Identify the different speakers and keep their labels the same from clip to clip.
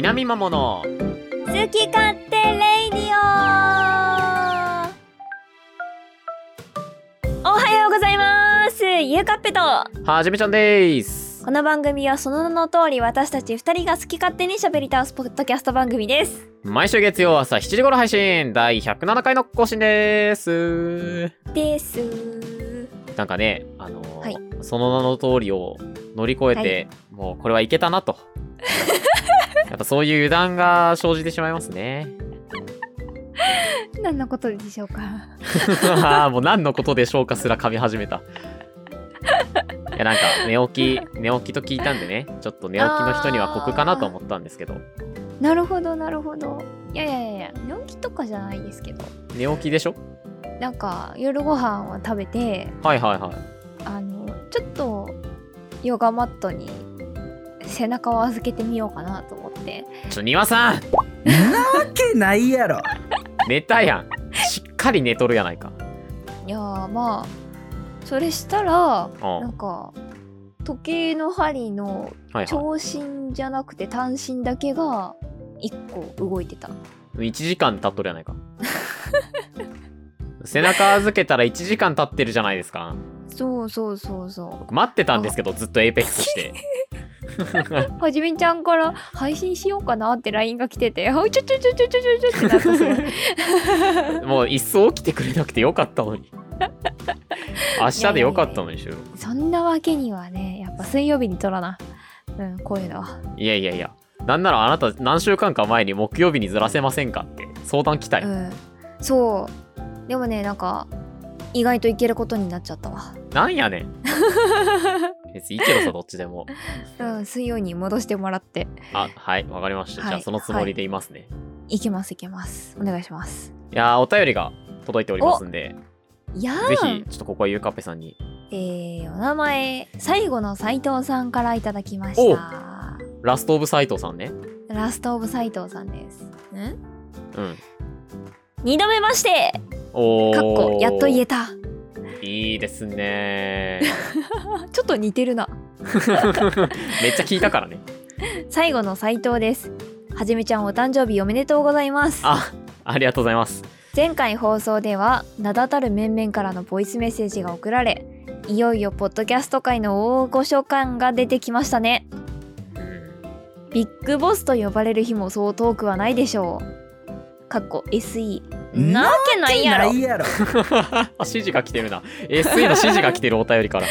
Speaker 1: 南桃の
Speaker 2: 好き勝手レイディオおはようございますゆうかっぺと
Speaker 1: はじめちゃんです
Speaker 2: この番組はその名の通り私たち二人が好き勝手に喋り倒すポッドキャスト番組です
Speaker 1: 毎週月曜朝7時頃配信第107回の更新です
Speaker 2: です
Speaker 1: なんかねあのー
Speaker 2: はい
Speaker 1: その名の通りを乗り越えて、もうこれはいけた なとやっぱそういう油断が生じてしまいますね
Speaker 2: 何のことでしょうか
Speaker 1: あーもう何のことでしょうかすら噛み始めたいやなんか寝起き寝起きと聞いたんでねちょっと寝起きの人には酷かなと思ったんですけど
Speaker 2: なるほどなるほどいやいやいや寝起きとかじゃないですけど
Speaker 1: 寝起きでしょ
Speaker 2: なんか夜ご飯を食べて
Speaker 1: はいはいはい
Speaker 2: あのちょっとヨガマットに背中を預けてみようかなと思って
Speaker 1: ちょ、庭さん
Speaker 3: なわけないやろ
Speaker 1: 寝たやん。しっかり寝とるやないか。
Speaker 2: いやーまあそれした
Speaker 1: う
Speaker 2: ら
Speaker 1: ん。は
Speaker 2: なんか時計の針の
Speaker 1: いは
Speaker 2: 長針じゃなくて単針だけが1個動いてた
Speaker 1: い。1時間経っとるやないか。背中預けたら1時間経ってるじゃないですか。
Speaker 2: そうそうそうそ
Speaker 1: 僕待ってたんですけど、ずっとエイペックスして。
Speaker 2: うはじめちゃんから配信しようかなって LINE が来てて「おいちょちょちょちょちょちょ」ってなったそれ
Speaker 1: もう一層起きてくれなくてよかったのに。明日でよかったのにしよ う。
Speaker 2: そんなわけにはねやっぱ水曜日に撮らなうんこういうのはい
Speaker 1: やいやいや。なんならあなた何週間か前に木曜日にずらせませんかって相談来た
Speaker 2: う
Speaker 1: よ。
Speaker 2: ん、そうでもねなんか意外といけることになっちゃった わ
Speaker 1: なんやねん。別にいいけどさ、どっちでも。
Speaker 2: うん水曜に戻してもらって
Speaker 1: あ、はい、わかりました。じゃ
Speaker 2: は
Speaker 1: あ
Speaker 2: い
Speaker 1: そのつもりでいますね。
Speaker 2: いけますいけますお願いします
Speaker 1: いやーお便りが届いておりますんで、
Speaker 2: いやー
Speaker 1: ぜひちょっとここはゆうかっぺさんに
Speaker 2: えーお名前最後の斉藤さんからいただきま
Speaker 1: お
Speaker 2: した
Speaker 1: ラストオブ斎藤さんね
Speaker 2: ラストオブ斉藤さんですん
Speaker 1: うん
Speaker 2: 二度目まして
Speaker 1: おー
Speaker 2: かっこやっと言えた
Speaker 1: いいですね
Speaker 2: ちょっと似てるな
Speaker 1: ーめっちゃ聞いたからね
Speaker 2: 最後の斉藤ですはじめちゃんお誕生日おめでとうございます
Speaker 1: あありがとうございます
Speaker 2: 前回放送では名だたる面々からのボイスメッセージが送られいよいよポッドキャスト界の大御所感が出てきましたね
Speaker 1: うん
Speaker 2: ビッグボスと呼ばれる日もそう遠くはないでしょうかっこ SE なわけないやろ
Speaker 3: ないやろ
Speaker 1: 指示が来てるな SE の指示が来てるお便りから。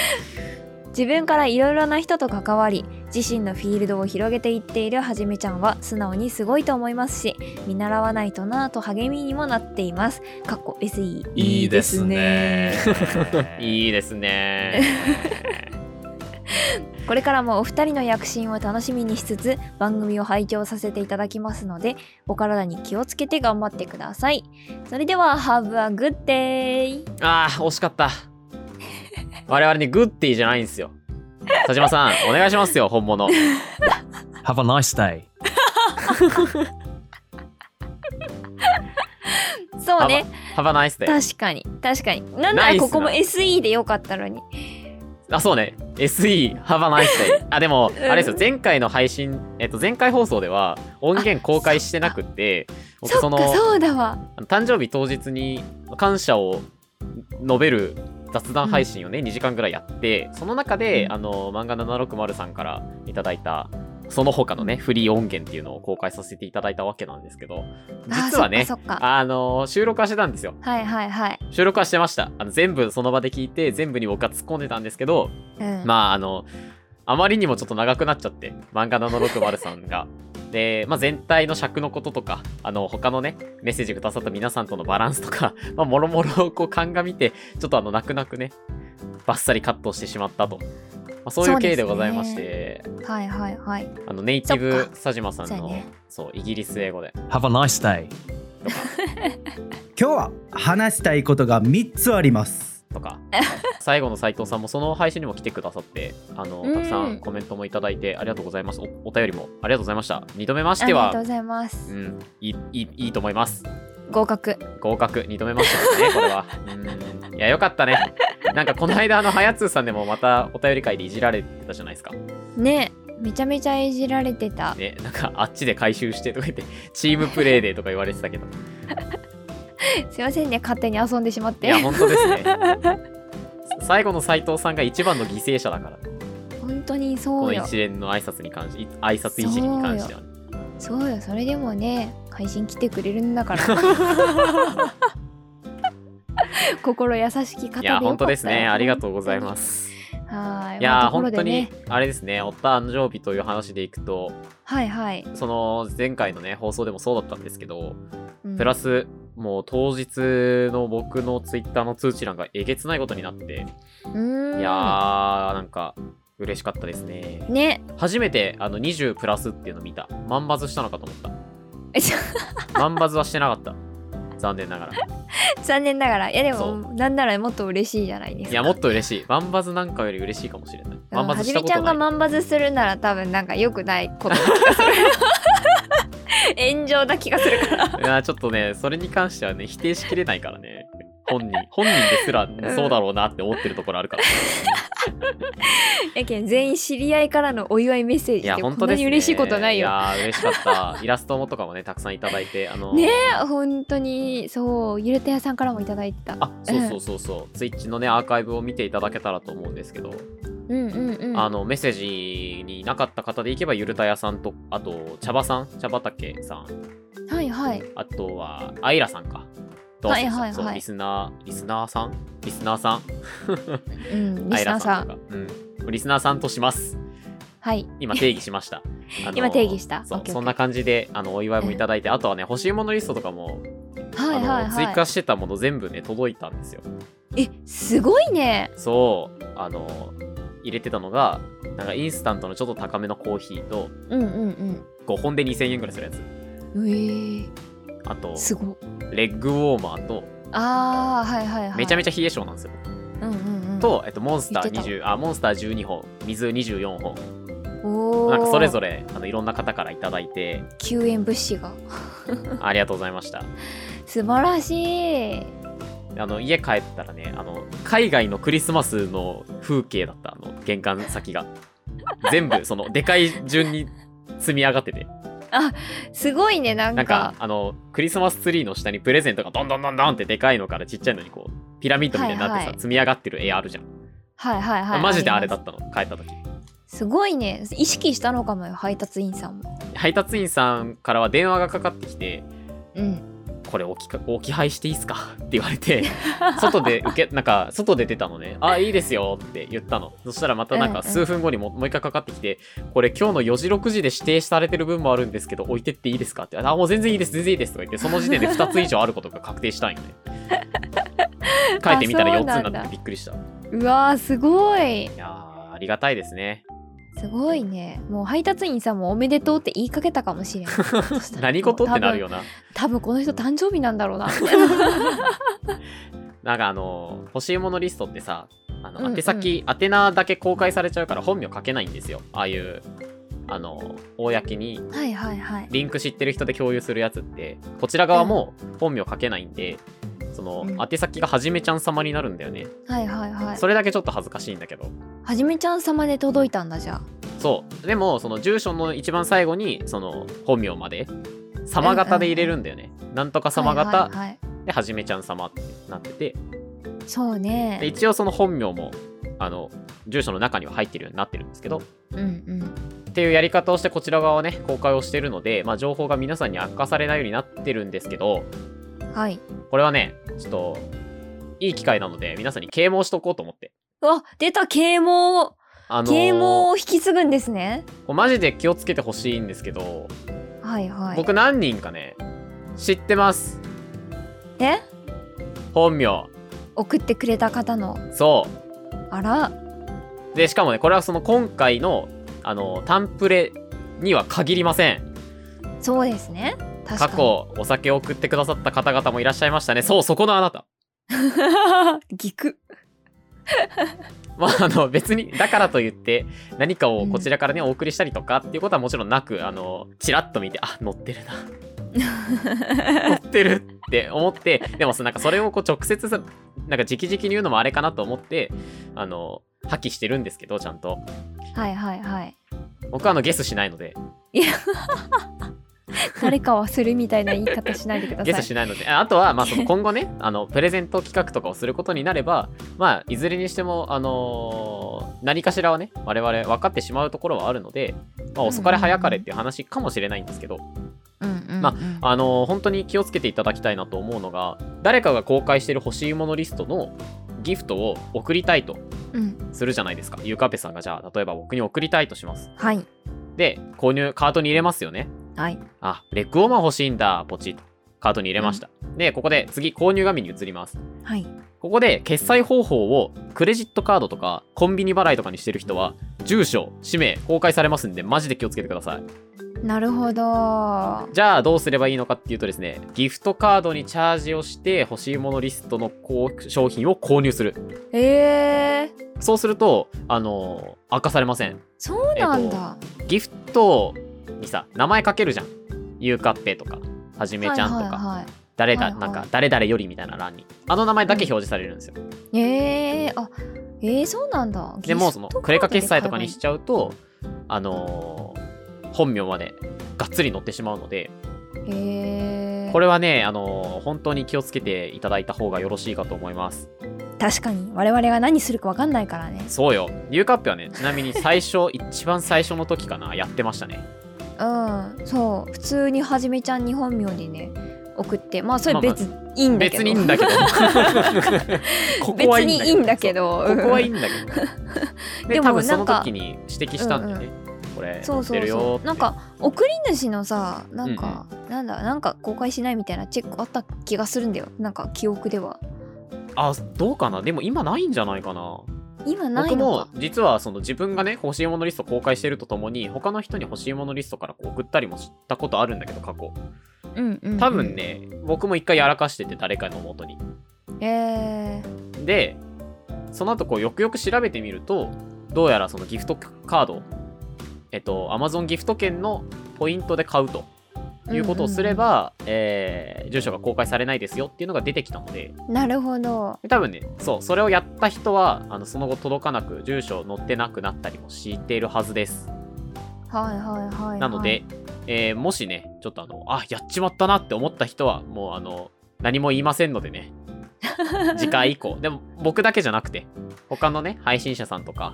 Speaker 2: 自分からいろいろな人と関わり自身のフィールドを広げていっているはじめちゃんは素直にすごいと思いますし見習わないとなぁと励みにもなっていますかっこ SE
Speaker 4: いいですね
Speaker 1: いいですね
Speaker 2: これからもお二人の躍進を楽しみにしつつ番組を拝聴させていただきますのでお体に気をつけて頑張ってくださいそれでは Have a good day
Speaker 1: ーあー惜しかった我々ねグッディじゃないんですよ田島さんお願いしますよ本物
Speaker 4: Have a nice day.
Speaker 2: そうね
Speaker 1: Have a nice day
Speaker 2: 確かに確かになんな
Speaker 1: ナイ
Speaker 2: ら
Speaker 1: スな
Speaker 2: ここも SE でよかったのに
Speaker 1: あ、そうね。SE、ハバナイス デイ。あ、でも、
Speaker 2: うん
Speaker 1: あれですよ、前回の配信、えっと、前回放送では音源公開してなくて、僕、
Speaker 2: そ
Speaker 1: そ
Speaker 2: っか
Speaker 1: の、
Speaker 2: そうだわ
Speaker 1: あの誕生日当日に感謝を述べる雑談配信をね、2時間ぐらいやって、その中で、あの、漫画760さんからいただいた、その他のね、フリー音源っていうのを公開させていただいたわけなんですけど、実は
Speaker 2: あ
Speaker 1: ね、
Speaker 2: そっかそっか
Speaker 1: あの、収録はしてたんですよ。
Speaker 2: はいはいはい、
Speaker 1: 収録はしてました。あの全部その場で聞いて、全部に僕が突っ込んでたんですけど、
Speaker 2: うん、
Speaker 1: まああのあまりにもちょっと長くなっちゃって漫画760さん が。で、まあ、全体の尺のこととか、あの、他のね、メッセージくださった皆さんとのバランスとか、 まあ、もろもろをこう鑑みて、ちょっとあの、泣く泣くね、バッサリカットしてしまったと。まあ、そういう経緯でございまして、
Speaker 2: はいはいはい
Speaker 1: あの、ネイティ
Speaker 2: そっ
Speaker 1: ブ
Speaker 2: か
Speaker 1: 佐島さん
Speaker 2: そ
Speaker 1: の、
Speaker 2: うやね
Speaker 1: そう、イギリス英語で。
Speaker 4: Have a nice day.
Speaker 3: 今日は話したいことが3つあります
Speaker 1: とか最後の斉藤さんもその配信にも来てくださってあの
Speaker 2: うん
Speaker 1: たくさんコメントもいただいてありがとうございますおお便りもありがとうございました二度目まし
Speaker 2: あ
Speaker 1: て
Speaker 2: りが
Speaker 1: は
Speaker 2: とうございうます
Speaker 1: んいいいいいと思います
Speaker 2: 合格
Speaker 1: 合格認めました ねこれはうんいやよかったねなんかこの間あのはやつーさんでもまたお便り会でいじられてたじゃないですか
Speaker 2: ねめちゃめちゃいじられてた
Speaker 1: ねなんかあっちで回収してとか言ってチームプレーでとか言われてたけ ど
Speaker 2: すいませんね勝手に遊んでしまっ
Speaker 1: い
Speaker 2: て
Speaker 1: や本当です ね最後の斉藤さんが一番の犠牲者だから
Speaker 2: 本当に
Speaker 1: こ
Speaker 2: そ
Speaker 1: の
Speaker 2: うよ
Speaker 1: 一連の挨拶に関して挨拶いじりに関してはね
Speaker 2: そうよそれでもね配信来てくれるんだ から 心優しき方
Speaker 1: い
Speaker 2: でよかったよ
Speaker 1: や本当ですねありがとうございます
Speaker 2: はい
Speaker 1: いや
Speaker 2: ま
Speaker 1: ー
Speaker 2: あところ
Speaker 1: 本当
Speaker 2: でね
Speaker 1: にあれですねお誕生日という話でいくと
Speaker 2: はいはい、
Speaker 1: その前回のね放送でもそうだったんですけど
Speaker 2: うん
Speaker 1: プラスもう当日の僕のツイッターの通知欄がえげつないことになって
Speaker 2: うーん
Speaker 1: いやーなんか嬉しかったですね
Speaker 2: ね
Speaker 1: 初めてあの20プラスっていうの見た万バズしたのかと思っ
Speaker 2: えちょ
Speaker 1: た万バズはしてなかった残念ながら
Speaker 2: 残念ながらいやで
Speaker 1: そ
Speaker 2: もなんならもっと嬉しいじゃないですか
Speaker 1: いやもっと嬉しい万バズなんかより嬉しいかもしれない万
Speaker 2: うん
Speaker 1: バズ
Speaker 2: はじ
Speaker 1: した
Speaker 2: め
Speaker 1: こ
Speaker 2: ちゃ
Speaker 1: と
Speaker 2: んが
Speaker 1: ない
Speaker 2: 万バズするなら多分なんか良くないことな 気がする炎上な気がす るから
Speaker 1: いやちょっとねそれに関してはね否定しきれないからね本人本人ですらそうだろうなって思ってるところあるから、
Speaker 2: やけん全員知り合いからのお祝いメッセージっ
Speaker 1: いや
Speaker 2: てこ
Speaker 1: 本
Speaker 2: ん
Speaker 1: 当
Speaker 2: な
Speaker 1: です
Speaker 2: に
Speaker 1: ね
Speaker 2: 嬉しいことないよ
Speaker 1: や嬉しかったイラストもとかもねたくさんいただいてあの
Speaker 2: ね本当にそうゆるたやさんからもいただいてた
Speaker 1: あそうそうそうそう、ツイッチのねアーカイブを見ていただけたらと思うんですけど、
Speaker 2: うんうんうん
Speaker 1: あのメッセージになかった方でいけばゆるたやさんとあと茶葉さん茶畑さん
Speaker 2: はいはい
Speaker 1: あとはあいらさんかと
Speaker 2: はいはいはい
Speaker 1: そうリスナーリスナーさんリスナーさん
Speaker 2: うんリスナーさん
Speaker 1: あいらとかうんリスナーさんとします
Speaker 2: はい
Speaker 1: 今定義しま した。あの
Speaker 2: 今定義した
Speaker 1: そ
Speaker 2: オッ
Speaker 1: う
Speaker 2: ケー
Speaker 1: そんな感じであのお祝いもいただいて、あとはね欲しいものリストとかも、
Speaker 2: はいは
Speaker 1: あ
Speaker 2: い
Speaker 1: の
Speaker 2: はい
Speaker 1: 追加してたもの全部ね届いたんですよ。
Speaker 2: えすごいね
Speaker 1: そうあの入れてたのがなんかインスタントのちょっと高めのコーヒーと
Speaker 2: うんうん
Speaker 1: 5本で2000円ぐらいするやつ
Speaker 2: うんうえー、
Speaker 1: あと
Speaker 2: すごい
Speaker 1: レッグウォーマーと
Speaker 2: あーはいはいはい
Speaker 1: めちゃめ
Speaker 2: ち
Speaker 1: ちゃ冷え性なんですよ、
Speaker 2: ゃうんうんうん
Speaker 1: と、えっと、モンスター
Speaker 2: 言って
Speaker 1: 20あモンスター12本水24本
Speaker 2: おー
Speaker 1: なんかそれぞれあのいろんな方からいただいて
Speaker 2: 救援物資が
Speaker 1: ありがとうございました
Speaker 2: 素晴らしい
Speaker 1: あの家帰ったらねあの海外のクリスマスの風景だったあの玄関先が全部そのでかい順に積み上がってて
Speaker 2: すごいねなん
Speaker 1: な
Speaker 2: か
Speaker 1: んかあのクリスマスツリーの下にプレゼントがどんどんどんどんってでかいのからちっちゃいのにこうピラミッドみたいになってさ、
Speaker 2: はいはい
Speaker 1: 積み上がってる絵あるじゃん、
Speaker 2: はいはいはい
Speaker 1: マジであれだ
Speaker 2: りま
Speaker 1: ったの帰った時
Speaker 2: すすごいね意識したのかもよ配達員さんも
Speaker 1: 配達員さんからは電話がかかってきて
Speaker 2: うん
Speaker 1: 「これ置きか置き配していいっすか?」って言われて外で受 けなんか外で出たのね「あいいですよ」って言ったのそしたらまたなん
Speaker 2: うんう
Speaker 1: か
Speaker 2: ん
Speaker 1: 数分後にも,、もう一回かかってきて「これ今日の4時6時で指定されてる分もあるんですけど置いてっていいですか?」って「あもう全然いいです全然いいです」とか言ってその時点で2つ以上あることが確定したん よね書いてみたら4つ
Speaker 2: そう
Speaker 1: に
Speaker 2: な
Speaker 1: なんっ
Speaker 2: だ
Speaker 1: てびっくりしたいう
Speaker 2: わーすごい
Speaker 1: やーありがたいですね
Speaker 2: すごいねもう配達員さんもおめでとうって言いかけたかもしれないそしたら
Speaker 1: 何事ってなるよ
Speaker 2: もう
Speaker 1: な
Speaker 2: 多分多分この人誕生日なんだろうな
Speaker 1: なんかあの欲しいものリストってさあ
Speaker 2: うんう
Speaker 1: の
Speaker 2: ん
Speaker 1: 宛先、宛名だけ公開されちゃうから本名書けないんですよああいうあの公に
Speaker 2: はいはいはい
Speaker 1: リンク知ってる人で共有するやつってこちら側も本名書けないんで、その
Speaker 2: うん
Speaker 1: 宛先がはじめちゃん様になるんだよね、
Speaker 2: はいはいはい
Speaker 1: それだけちょっと恥ずかしいんだけど
Speaker 2: はじめちゃん様で届いたんだじゃ
Speaker 1: そうでもその住所の一番最後にその本名まで様型で入れるんだよね、なんとか
Speaker 2: あ
Speaker 1: 様型、
Speaker 2: はいはいはい
Speaker 1: ではじめちゃん様ってなってて
Speaker 2: そう
Speaker 1: で
Speaker 2: ね
Speaker 1: 一応その本名もあの住所の中には入ってるようになってるんですけど
Speaker 2: うんうん
Speaker 1: っていうやり方をしてこちら側をね公開をしてるので、まあ、情報が皆さんに悪化されないようになってるんですけど
Speaker 2: はい
Speaker 1: これはねちょっといい機会なので皆さんに啓蒙しとこうと思って
Speaker 2: うわ出た啓蒙
Speaker 1: あのー
Speaker 2: 啓蒙を引き継ぐんですね
Speaker 1: こうマジで気をつけてほしいんですけど、
Speaker 2: はいはい
Speaker 1: 僕何人かね知ってます
Speaker 2: え
Speaker 1: 本名
Speaker 2: 送ってくれた方の
Speaker 1: そ
Speaker 2: あら
Speaker 1: うでしかもねこれはその今回のあのタンプレには限りません
Speaker 2: そうですね確か
Speaker 1: 過
Speaker 2: に
Speaker 1: 去お酒を送ってくださった方々もいらっしゃいましたねそうそこのあなた
Speaker 2: ギク
Speaker 1: まあ、あの別にだからといって何 かをこちらからねお送りしたりとかっていうことはもちろんなくあのチラッと見てあ乗ってるな持ってるって思ってでもさなんかそれをこう直接さなんか直々に言うのもあれかなと思ってあの破棄してるんですけどちゃんと
Speaker 2: はいはいはい
Speaker 1: 僕はあのゲスしないので
Speaker 2: 誰かはするみたいな言い方しないでくださ
Speaker 1: ゲ
Speaker 2: い
Speaker 1: スしないのでああとはまあそ の今後ねあのプレゼント企画とかをすることになればまあいずれにしてもあのー何かしらはね我々分かってしまうところはあるので、まあ、遅かれ早かれっていう話かもしれないんですけど
Speaker 2: うんうんうん
Speaker 1: まあの本当に気をつけていただきたいなと思うのが誰かが公開している欲しいものリストのギフトを送りたいと
Speaker 2: うん
Speaker 1: するじゃないですかゆうかぺさんがじゃあ例えば僕に送りたいとします
Speaker 2: はい
Speaker 1: で購入カートに入れますよね
Speaker 2: はい
Speaker 1: あレッグウォーマー欲しいんだポチッとカートに入れました、でここで次購入画面に移ります
Speaker 2: はい
Speaker 1: ここで決済方法をクレジットカードとかコンビニ払いとかにしてる人は住所氏名公開されますんでマジで気をつけてください
Speaker 2: なるほどは
Speaker 1: じゃあどうすればいいのかっていうとですね、ギフトカードにチャージをして欲しいものリストのこう商品を購入する。
Speaker 2: えー、
Speaker 1: そうすると、あのー明かされません。
Speaker 2: そうなんだ、
Speaker 1: ギフトにさ、名前書けるじゃん。ゆうかっぺとか、はじめちゃんとか、
Speaker 2: はいはいは
Speaker 1: 誰だ、
Speaker 2: はいはい
Speaker 1: なんか誰々よりみたいな欄に。あの名前だけ表示されるんですよ。
Speaker 2: い、えー、あえー、そうなんだ
Speaker 1: でもうその、クレカ決済とかにし
Speaker 2: ち
Speaker 1: ちゃうと、あのー本名までがっつり載ってしまうので、
Speaker 2: ゃうえー、
Speaker 1: これはね、あのー本当に気をつけていただいた方がよろしいかと思います。
Speaker 2: 確かに我々が何するか分かんないからね
Speaker 1: そうよ。ゆうかっぺはね、ちなみに最初、 一番最初の時かな、やってましたね。
Speaker 2: うんそう普通にはじめちゃんに本名でね送ってまあそれ別、いいんだけ
Speaker 1: 別
Speaker 2: ど
Speaker 1: にいいんだけど。ここはいいんだけど。
Speaker 2: 別
Speaker 1: そ
Speaker 2: にいいんだけど
Speaker 1: うここはいい
Speaker 2: うん
Speaker 1: だ けど。で、
Speaker 2: でも
Speaker 1: 多分そ
Speaker 2: な
Speaker 1: の
Speaker 2: んか
Speaker 1: 時に指摘したんだよね。これ、
Speaker 2: そ
Speaker 1: 載っ
Speaker 2: う
Speaker 1: て
Speaker 2: そう
Speaker 1: る
Speaker 2: そ
Speaker 1: よ
Speaker 2: うなん
Speaker 1: か、
Speaker 2: か送り主のさなんか、なんだなんか公開しないみたいなチェックあった気がするんだよなんか記憶では
Speaker 1: あ、どうかなでも今ないんじゃないかな。
Speaker 2: 今な
Speaker 1: 僕
Speaker 2: いの
Speaker 1: も
Speaker 2: か
Speaker 1: 実はその自分がね、欲しいものリスト公開してるとともに、他の人に欲しいものリストからこう送ったりもしたことあるんだけど、過去。
Speaker 2: うんうんうん
Speaker 1: 多分ね、僕も一回やらかしてて、誰かの元に。
Speaker 2: えー、
Speaker 1: でその後こうよくよく調べてみるとどうやらそのギフトカードえっと Amazon ギフト券のポイントで買うということをすれば、えー住所が公開されないですよっていうのが出てきたので
Speaker 2: なるほど
Speaker 1: 多分ねそうそれをやった人はあのその後届かなく住所載ってなくなったりもしているはずです
Speaker 2: はいはいはい、はい、
Speaker 1: なの で、えーもしねちょっとあのあやっちまったなって思った人はもうあの何も言いませんので ね次回以降でも僕だけじゃなくて他のね配信者さんとか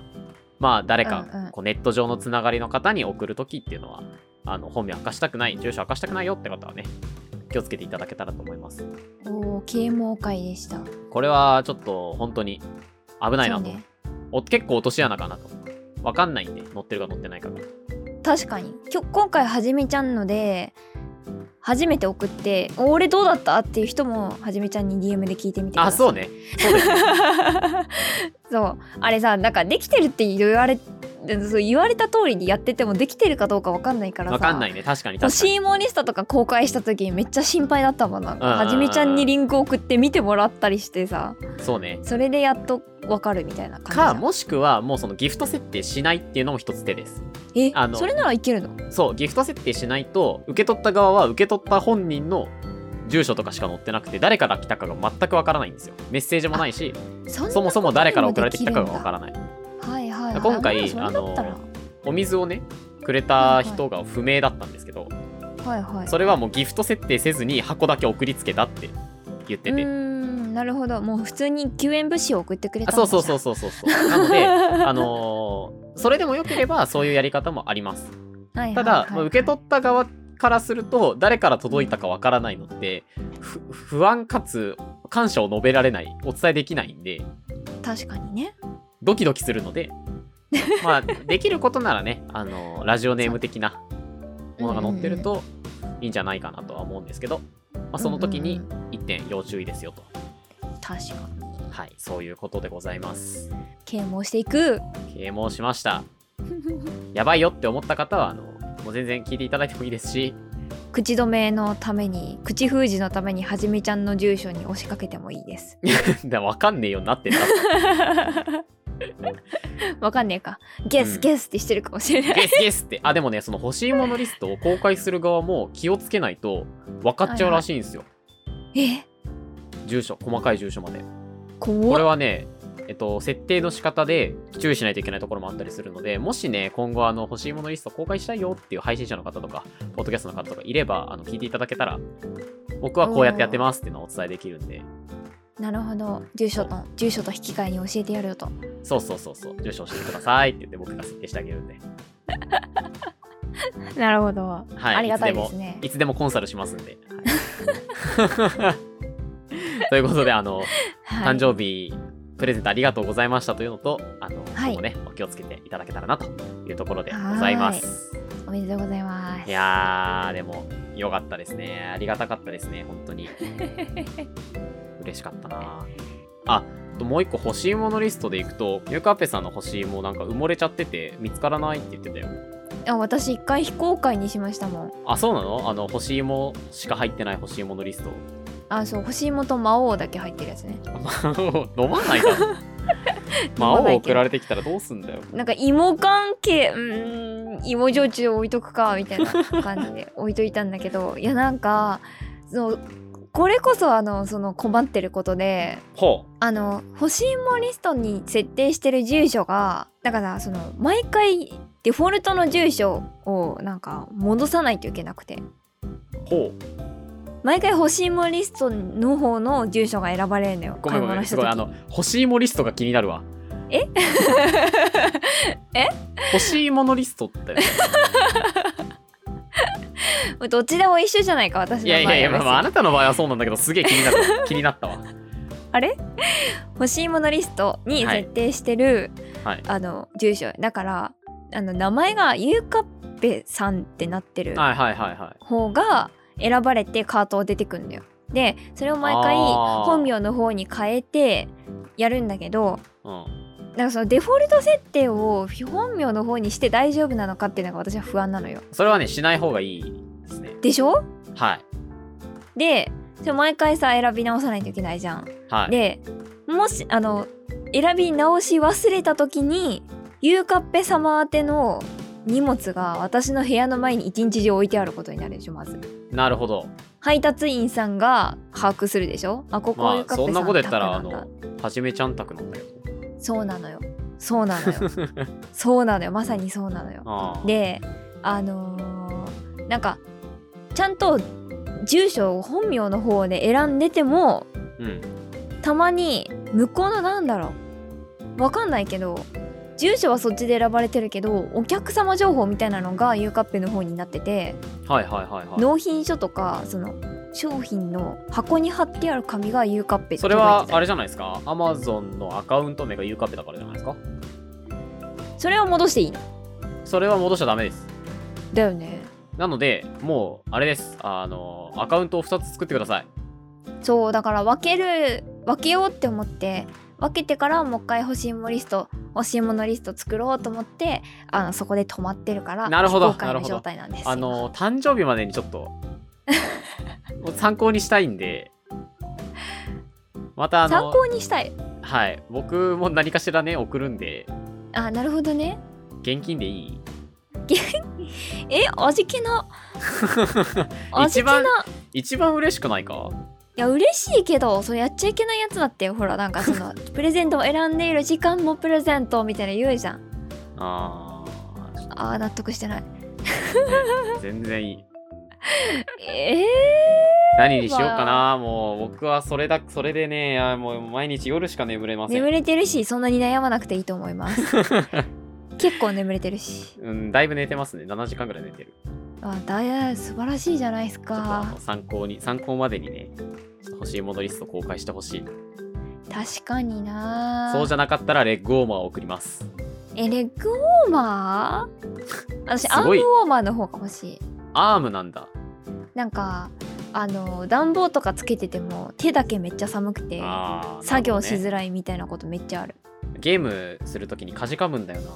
Speaker 1: まあ誰
Speaker 2: うんう
Speaker 1: か
Speaker 2: ん
Speaker 1: こうネット上のつながりの方に送る時っていうのはあの本名明かしたくない住所明かしたくないよって方はね気をつけていただけたらと思います
Speaker 2: おお啓蒙会でした
Speaker 1: これはちょっと本当に危ないなと、
Speaker 2: そうね
Speaker 1: お結構落とし穴かなとわかんないんで乗ってるか乗ってないかが
Speaker 2: 確かにきょ今回はじめちゃんので初めて送って「お俺どうだった?」っていう人もはじめちゃんに DM で聞いてみてく
Speaker 1: あ
Speaker 2: ださい
Speaker 1: そうね
Speaker 2: そうあれさなんかできてるって言われそう言われた通りにやっててもできてるかどうかわかんないからさ
Speaker 1: わかんないね確かに
Speaker 2: そう
Speaker 1: 確かに
Speaker 2: シーモンリストとか公開した時にめっちゃ心配だったもんなんか
Speaker 1: うんうんうん
Speaker 2: はじめちゃんにリンク送って見てもらったりしてさ
Speaker 1: そうね
Speaker 2: それでやっとわかるみたいな感じ
Speaker 1: かもしくはもうそのギフト設定しないっていうのも一つ手です
Speaker 2: え
Speaker 1: あの
Speaker 2: それならいけるの
Speaker 1: そうギフト設定しないと受け取った側は受け取った本人の住所とかしか載ってなくて誰から来たかが全くわからないんですよメッセージもないし
Speaker 2: そ
Speaker 1: そもそも誰から送られてきたかがわかららない
Speaker 2: はいはい、はい、
Speaker 1: 今回
Speaker 2: まあそれだったら
Speaker 1: あお水をねくれた人が不明だったんですけど
Speaker 2: はいはい
Speaker 1: それはもうギフト設定せずに箱だけ送りつけたって言って
Speaker 2: うー
Speaker 1: て
Speaker 2: んなるほどもう普通に救援物資を送ってくれた
Speaker 1: あ
Speaker 2: んだ
Speaker 1: そうそうそうそうそうそうなの であのーそれでもよければそういうやり方もあります
Speaker 2: はいは
Speaker 1: た
Speaker 2: いはい
Speaker 1: だ、まあ受け取った側からすると誰から届いたかわからないのってふ不安かつ感謝を述べられないお伝えできないんで
Speaker 2: 確かにね
Speaker 1: ドキドキするの でまあできることならねあのラジオネーム的なものが載ってるといいんじゃないかなとは思うんですけど、まあ、その時に
Speaker 2: うん
Speaker 1: 1点要注意ですよと、
Speaker 2: 確かに
Speaker 1: はいそういうことでございます
Speaker 2: 啓蒙して いく
Speaker 1: 啓蒙しましたやばいよって思った方はあのもう全然聞いていただいてもいいですし
Speaker 2: 口止めのために口封じのためにはじめちゃんの住所に押しかけてもいいです
Speaker 1: だからわかんねえようになってんだ
Speaker 2: わかんねえか。ゲス、
Speaker 1: うん
Speaker 2: ゲスってしてるかもしれない。
Speaker 1: ゲスゲスって。あ、でもね、その欲しいものリストを公開する側も気をつけないと分かっちゃうらしいんですよ。
Speaker 2: え
Speaker 1: 住所、細かい住所まで。これ
Speaker 2: 怖っ。
Speaker 1: はね、えっと、設定の仕方で注意しないといけないところもあったりするので、もしね、今後あの欲しいものリスト公開したいよっていう配信者の方とか、ポッドキャストの方とかいれば、あの聞いていただけたら、僕はこうやってやってますっていうのをお伝えできるんで、
Speaker 2: なるほど。住所と、住所と引き換えに教えてやるよと。
Speaker 1: そうそうそうそう、住所教えてくださいって言って僕が設定してあげるんで、
Speaker 2: なるほど。はいありがたいですね。
Speaker 1: いつでもコンサルしますんで。はいということで、あの、
Speaker 2: はい
Speaker 1: 誕生日プレゼントありがとうございましたというのと、あの、
Speaker 2: はい
Speaker 1: 今後ね、お気をつけていただけたらなというところでございます。
Speaker 2: おめでとうございます。
Speaker 1: いやー、でも、良かったですね。ありがたかったですね、本当 に。嬉しかったなあ、あともう一個欲しいものリストでいくと、ゆかっぺさんの欲しいもなんか埋もれちゃってて、見つからないって言ってたよ。
Speaker 2: あ私一回非公開にしましたもん。
Speaker 1: あ、そうなのあの、欲しいもしか入ってない欲しいものリスト。
Speaker 2: あ、そう、欲しいもと魔王だけ入ってるやつね。
Speaker 1: 魔王、飲まないだ ろ。魔
Speaker 2: 飲まな
Speaker 1: 王
Speaker 2: いけど
Speaker 1: 送られてきたらどうすんだよ。
Speaker 2: なんか芋関係、うーん、芋焼酎置いとくか、みたいな感じで置いといたんだ けど、いや、なんか、そう、これこそあの、その困ってることで、
Speaker 1: ほう。
Speaker 2: あの、欲しいもリストに設定してる住所が、だからその、毎回デフォルトの住所をなんか戻さないといけなくて、
Speaker 1: ほう。
Speaker 2: 毎回欲しいもリストの方の住所が選ばれるのよ。
Speaker 1: ごめんごめ
Speaker 2: 買
Speaker 1: ん。
Speaker 2: い物し
Speaker 1: すご
Speaker 2: た
Speaker 1: い、
Speaker 2: 時
Speaker 1: あの、欲しいもリストが気になるわ。
Speaker 2: え え
Speaker 1: 欲しいものリストって。
Speaker 2: どっちでも一緒じゃないか私の
Speaker 1: い
Speaker 2: 場合
Speaker 1: や
Speaker 2: はい
Speaker 1: やいや、ま
Speaker 2: 別
Speaker 1: あ
Speaker 2: に
Speaker 1: まあ、あなたの場合はそうなんだけど、すげえ気に なる。気になったわ。
Speaker 2: あれ欲しいものリストに
Speaker 1: はい
Speaker 2: 設定してる、
Speaker 1: はい
Speaker 2: あの住所だからあの名前がゆうかっぺさんってなってる
Speaker 1: はいはいはいはい。
Speaker 2: 方が選ばれてカートを出てくるのよでそれを毎回
Speaker 1: あー
Speaker 2: 本名の方に変えてやるんだけど
Speaker 1: うん。
Speaker 2: なんかそのデフォルト設定を本名の方にして大丈夫なのかっていうのが私は不安なのよ
Speaker 1: それはね、しない方がいいですね。
Speaker 2: でしょ
Speaker 1: はい。
Speaker 2: でそれ毎回さ選び直さないといけないじゃん
Speaker 1: はい。
Speaker 2: でもしあの選び直し忘れた時にゆうかっぺ様宛ての荷物が私の部屋の前に一日中置いてあることになるでしょまず
Speaker 1: なるほど。
Speaker 2: 配達員さんが把握するでしょあここゆ
Speaker 1: ま
Speaker 2: う
Speaker 1: あ、
Speaker 2: かっぺ
Speaker 1: そ
Speaker 2: さ
Speaker 1: ん
Speaker 2: ん
Speaker 1: なこと言ったら、あ
Speaker 2: 宅なんだ
Speaker 1: の、はじめちゃん宅なんだけど。
Speaker 2: そうなのよそうなのよ そうなのよまさにそうなのよ
Speaker 1: ああ。
Speaker 2: であのーなんかちゃんと住所を本名の方で選んでても
Speaker 1: うん。
Speaker 2: たまに向こうのなんだろうわかんないけど住所はそっちで選ばれてるけどお客様情報みたいなのがゆうかっぺの方になってて、
Speaker 1: はいはいはいはい。
Speaker 2: 納品書とかその商品の箱に貼ってある紙がゆうかっぺって
Speaker 1: それは
Speaker 2: 届いてた
Speaker 1: あれじゃないですか。アマゾンのアカウント名がゆうかぺだからじゃないですか。
Speaker 2: それを戻していいの
Speaker 1: それは戻しちゃダメです。
Speaker 2: だよね
Speaker 1: なので、もう、あれです。あの、アカウントを2つ作ってください。
Speaker 2: そうだから分ける分けようって思って分けてからもう一回欲しいものリスト欲しいものリスト作ろうと思ってあのそこで止まってるから
Speaker 1: なるほど
Speaker 2: 非公開
Speaker 1: なる
Speaker 2: の
Speaker 1: ほど
Speaker 2: 状態なんですよ
Speaker 1: あの、誕生日までにちょっ と、もう参考にしたいんで、またあ
Speaker 2: 参
Speaker 1: の、
Speaker 2: 考にしたい
Speaker 1: はい、僕も何かしらね、送るんで、
Speaker 2: あなるほどね
Speaker 1: 現金でいい
Speaker 2: え味気 な味気な
Speaker 1: 番一番嬉しくないか
Speaker 2: いや嬉しいけどそれやっちゃいけないやつだってほらなんか そのプレゼントを選んでいる時間もプレゼントみたいな言うじゃん
Speaker 1: あー、ちょっ
Speaker 2: あー納得してない
Speaker 1: と全然いい。
Speaker 2: え
Speaker 1: 何にしようかな、もう僕はそれだ、それでね、あーもう毎日夜しか眠れま
Speaker 2: ー、
Speaker 1: せ
Speaker 2: 眠
Speaker 1: ん。
Speaker 2: れてるしそんなに悩まなくていいと思います 結構眠れてるし
Speaker 1: うん、だいぶ寝てますね。7時間ぐらい寝てる。
Speaker 2: あだい素晴らしいじゃないです
Speaker 1: ちょっとあ
Speaker 2: か
Speaker 1: の参考に、参考までにね、ちょっと欲しいものリスト公開してほしい。
Speaker 2: 確かにな
Speaker 1: そうじゃなかったらレッグウォーマーを送ります。
Speaker 2: えレッグウォーマ ー私
Speaker 1: す
Speaker 2: アーム
Speaker 1: ごい
Speaker 2: ウォーマーの方が欲しい
Speaker 1: アームなんだ。
Speaker 2: なんかあの暖房とかつけてても手だけめっちゃ寒くて
Speaker 1: あー
Speaker 2: 作業し
Speaker 1: なる
Speaker 2: づらいみたいなことめっちゃある。
Speaker 1: ほどねゲームするときにかじかむんだよな。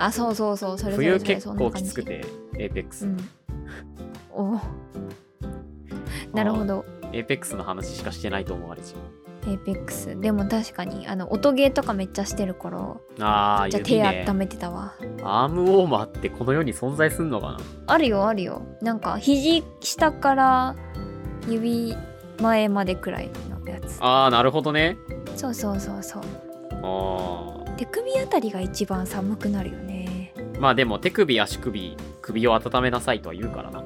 Speaker 2: あ、そうそうそう、それそれ
Speaker 1: 冬
Speaker 2: それ
Speaker 1: 結
Speaker 2: そんな
Speaker 1: 構
Speaker 2: 感
Speaker 1: き
Speaker 2: じ
Speaker 1: つく。て、エーペック
Speaker 2: う
Speaker 1: ス。
Speaker 2: ん。おお。なるほど。
Speaker 1: エーペックスの話しかしてないと思われちゃう。
Speaker 2: えエイペックスでも確かにあの音ゲーとかめっちゃしてるから
Speaker 1: ああ、
Speaker 2: じゃあ
Speaker 1: 指
Speaker 2: 手
Speaker 1: ね
Speaker 2: 温めてたわ、
Speaker 1: アームウォーマーってこの世に存在すんのかな
Speaker 2: あるよあるよなんか肘下から指前までくらいのやつ
Speaker 1: ああ、なるほどね。
Speaker 2: そうそうそうそう
Speaker 1: あ
Speaker 2: 手首あたりが一番寒くなるよね
Speaker 1: あ。まあでも手首、足首、首を温めなさいとは言うからな。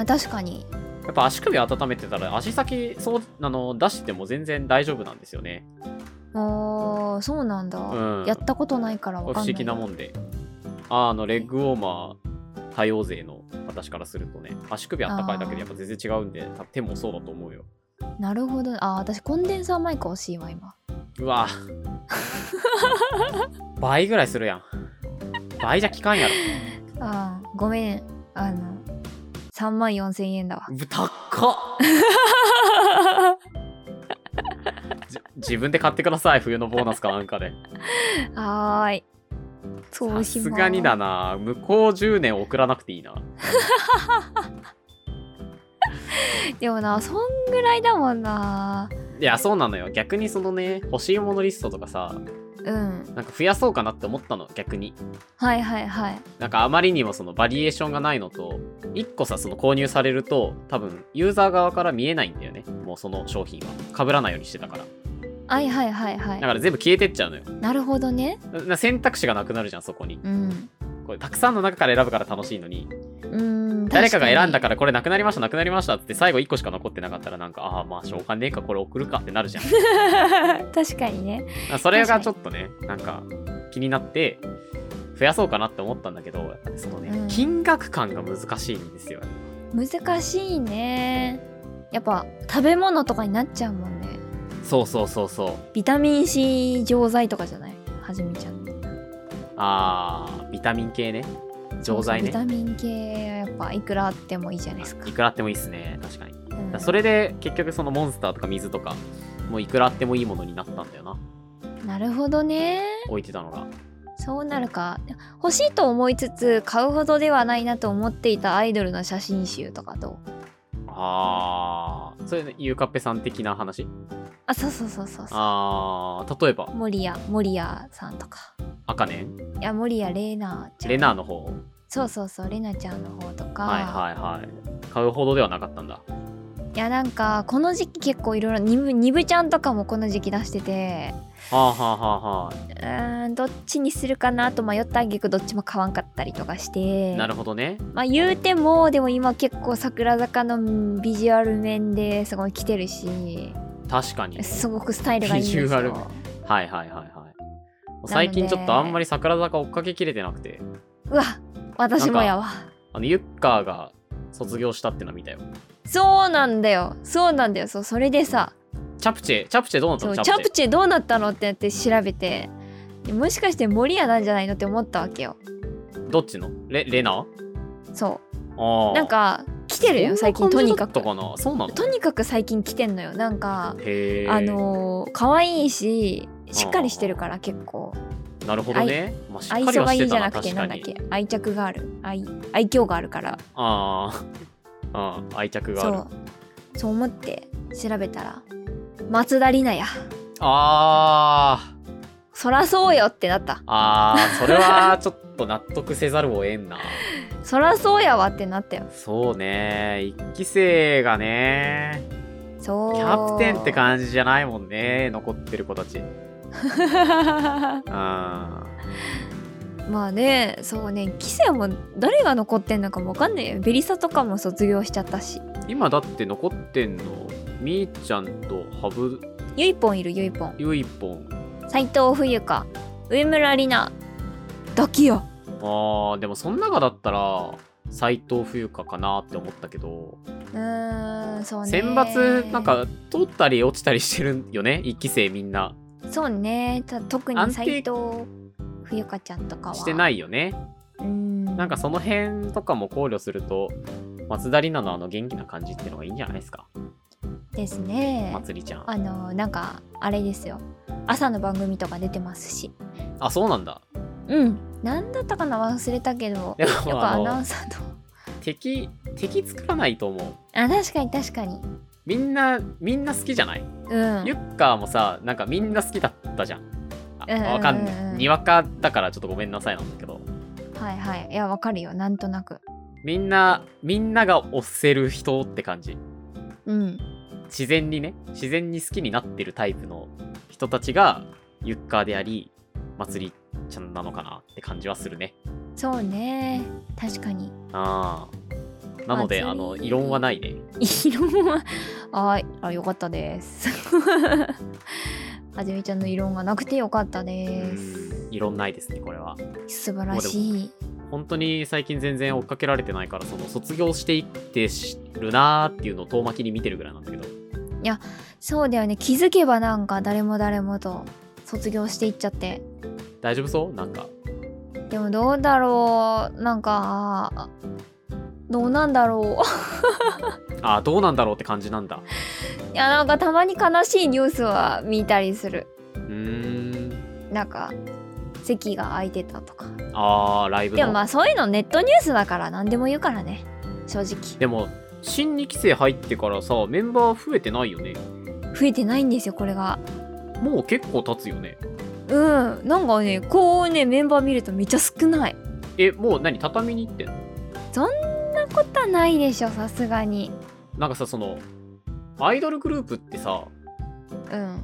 Speaker 2: あー確かに
Speaker 1: やっぱ足首温めてたら足先そうあの出しても全然大丈夫なんですよね。
Speaker 2: あーそうなんだ、
Speaker 1: うん
Speaker 2: やったことないから
Speaker 1: 不
Speaker 2: わかん
Speaker 1: 思
Speaker 2: ない
Speaker 1: 議なもんで。あのレッグウォーマー対応勢の私からするとね、足首あったかいだけでやっぱ全然違うんで、た手もそうだと思うよ。
Speaker 2: なるほどあー私コンデンサーマイク欲しいわ今
Speaker 1: うわ 倍ぐらいするやん。倍じゃ効かんやろ。
Speaker 2: あーごめんあの3万4千円だわ
Speaker 1: ぶたっかじ自分で買ってください冬のボーナスかなんかで
Speaker 2: はーいそう
Speaker 1: さ
Speaker 2: しま
Speaker 1: す
Speaker 2: す
Speaker 1: がにだな向こう10年送らなくていいな
Speaker 2: でもなそんぐらいだもんない
Speaker 1: やそうなのよ逆にそのね欲しいものリストとかさ
Speaker 2: うん
Speaker 1: なんか増やそうかなって思ったの逆に
Speaker 2: はいはいはい
Speaker 1: なんかあまりにもそのバリエーションがないのと1個さその購入されると多分ユーザー側から見えないんだよねもうその商品は被らないようにしてたから
Speaker 2: はいはいはいは
Speaker 1: だ
Speaker 2: い
Speaker 1: から全部消えてっちゃうのよ
Speaker 2: なるほどね
Speaker 1: なな選択肢がなくなるじゃんそこに
Speaker 2: うん
Speaker 1: これたくさんの中から選ぶから楽しいのに
Speaker 2: うーん
Speaker 1: 誰かが選んだ
Speaker 2: か
Speaker 1: からこれなくなりましたなくなりましたっつって最後1個しか残ってなかったらなんかああまあしょうがねえかこれ送るかってなるじゃんだから
Speaker 2: 確かに ね
Speaker 1: らそれがちょっとねなんか気になって増やそうかなって思ったんだけどやっぱりそのね、
Speaker 2: うん
Speaker 1: 金額感が難しいんですよ
Speaker 2: 難しいねやっぱ食べ物とかになっちゃうもんね
Speaker 1: そうそうそうそう
Speaker 2: ビタミン C 錠剤とかじゃないはじめちゃんの
Speaker 1: あービタミン系ね錠剤
Speaker 2: ビタ
Speaker 1: ね
Speaker 2: ミン系はやっぱいくらあってもいいじゃないですか
Speaker 1: いくらあってもいいっすね確かにだか
Speaker 2: うん
Speaker 1: らそれで結局そのモンスターとか水とかもういくらあってもいいものになったんだよな
Speaker 2: なるほどね
Speaker 1: 置いてたのが
Speaker 2: そうなるか欲しいと思いつつ買うほどではないなと思っていたアイドルの写真集とかと
Speaker 1: あーそれねゆうかっぺさん的な話
Speaker 2: あそうそうそうそうそう
Speaker 1: あー例えば
Speaker 2: 森谷森谷さんとか
Speaker 1: 赤ね
Speaker 2: いや森谷玲奈ちゃん
Speaker 1: レナーの方
Speaker 2: そうそうそう玲奈ちゃんの方とか、
Speaker 1: はいはいはい買うほどではなかったんだ
Speaker 2: いやなんかこの時期結構いろいろにぶにぶちゃんとかもこの時期出してて
Speaker 1: はあはあはあは
Speaker 2: うーんどっちにするかなと迷った挙句どっちも買わんかったりとかして
Speaker 1: あなるほどね
Speaker 2: まあ言うてもでも今結構桜坂のうんビジュアル面ですごい来てるし
Speaker 1: 確かに
Speaker 2: すごくスタイルがいいんですよ
Speaker 1: ビジュアル面はいはいはいはい最近ちょっとあんまり桜坂追っかけきれてなくて
Speaker 2: うわ私もやわ
Speaker 1: あのユッカーが卒業したってのは見たよ
Speaker 2: そうなんだよそうなんだよそうそれでさ
Speaker 1: チャプチェチャプチェどうなった
Speaker 2: そ
Speaker 1: の
Speaker 2: う
Speaker 1: チ
Speaker 2: チ
Speaker 1: ャ
Speaker 2: ャ
Speaker 1: プ
Speaker 2: プ
Speaker 1: チェ
Speaker 2: チェどうなったのってやって調べてもしかして森谷なんじゃないのって思ったわけよ
Speaker 1: どっちのレレナ
Speaker 2: そう
Speaker 1: ああ
Speaker 2: なんか来てるよ最近とにかく
Speaker 1: とかなそうなの
Speaker 2: とにかく最近来てんのよなんか
Speaker 1: へえ
Speaker 2: あのー可愛いししっかりしてるから結構
Speaker 1: なるほどねまあしっ
Speaker 2: 愛
Speaker 1: かり
Speaker 2: 想
Speaker 1: は
Speaker 2: が
Speaker 1: し
Speaker 2: いい
Speaker 1: て
Speaker 2: じゃ
Speaker 1: た
Speaker 2: な
Speaker 1: な
Speaker 2: くて
Speaker 1: 確
Speaker 2: な
Speaker 1: か
Speaker 2: んだっ
Speaker 1: に
Speaker 2: け愛着がある愛愛嬌があるから
Speaker 1: ああ うん愛着が
Speaker 2: そ
Speaker 1: ある
Speaker 2: うそう思って調べたら松田里奈や
Speaker 1: ああ
Speaker 2: そらそうよってなった
Speaker 1: あーそれはちょっと納得せざるを得んな
Speaker 2: そらそうやわってなったよ
Speaker 1: そうね一期生がね
Speaker 2: そう
Speaker 1: キャプテンって感じじゃないもんね残ってる子たちうんあ
Speaker 2: まあねそうね棋聖も誰が残ってんのかもわかんないよベリサとかも卒業しちゃったし
Speaker 1: 今だって残ってんのみーちゃんとハブ
Speaker 2: ゆいぽんいるゆいぽん
Speaker 1: ゆいぽん
Speaker 2: 斎藤冬香上村里奈だけよ
Speaker 1: あーでもその中だったら斎藤冬香かなって思ったけど、
Speaker 2: うーんそうね
Speaker 1: 選抜なんか通ったり落ちたりしてるよね一期生みんな
Speaker 2: そうねた特
Speaker 1: 安
Speaker 2: に
Speaker 1: 定
Speaker 2: 斎藤冬香ちゃんとかは
Speaker 1: してないいよね
Speaker 2: うーん
Speaker 1: なんかその辺とかも考慮すると松田里奈のあの元気な感じってのがいいんじゃないですか
Speaker 2: ですね
Speaker 1: まつりちゃん
Speaker 2: あのなんかあれですよ朝の番組とか出てますし
Speaker 1: あそうなんだ
Speaker 2: うん何だったかな忘れたけど
Speaker 1: で
Speaker 2: よ
Speaker 1: も
Speaker 2: くア
Speaker 1: あ
Speaker 2: ナウン
Speaker 1: の
Speaker 2: サーと
Speaker 1: 敵敵作らないと思う
Speaker 2: あ確かに確かに
Speaker 1: みんな、みんな好きじゃない
Speaker 2: うん
Speaker 1: ユッカーもさ、なんかみんな好きだったじゃん。あ
Speaker 2: うんうんうんうん
Speaker 1: わかんない。にわかだからちょっとごめんなさいなんだけど。
Speaker 2: はいはいいやわかるよなんとなく
Speaker 1: みんな、みんなが推せる人って感じ。
Speaker 2: うん
Speaker 1: 自然にね、自然に好きになってるタイプの人たちが、ユッカーであり、まつりちゃんなのかなって感じはするね。
Speaker 2: そうね確かに
Speaker 1: ああ。なので、
Speaker 2: まつり
Speaker 1: あの、異論はないね。
Speaker 2: 色はあーあよかったですはじめちゃんの異論がなくてよかったで
Speaker 1: うん異論ないですね、これは。
Speaker 2: す素晴らしい
Speaker 1: 本当に最近全然追っかけられてないから、その卒業していってしるなーっていうのを遠巻きに見てるぐらいなんだけど。
Speaker 2: そうだよね気づけばなんか誰も誰もと卒業していっちゃって
Speaker 1: 大丈夫そうなんか。
Speaker 2: でもどうだろうなんかあどうなんだろう
Speaker 1: ああ、どうなんだろうって感じなんだ。
Speaker 2: いやなんかたまに悲しいニュースは見たりする
Speaker 1: うーん。
Speaker 2: なんか席が空いてたとか
Speaker 1: ああ、ライブの。
Speaker 2: でもまあそういうのネットニュースだから何でも言うからね正直
Speaker 1: でも新2期生入ってからさメンバー増えてないよね
Speaker 2: 増えてないんですよこれが
Speaker 1: もう結構経つよね
Speaker 2: うんなんかねこうねメンバー見るとめっちゃ少ない
Speaker 1: えもう何畳に行ってんの
Speaker 2: そんなことはないでしょさすがに
Speaker 1: なんかさそのアイドルグループってさ
Speaker 2: うん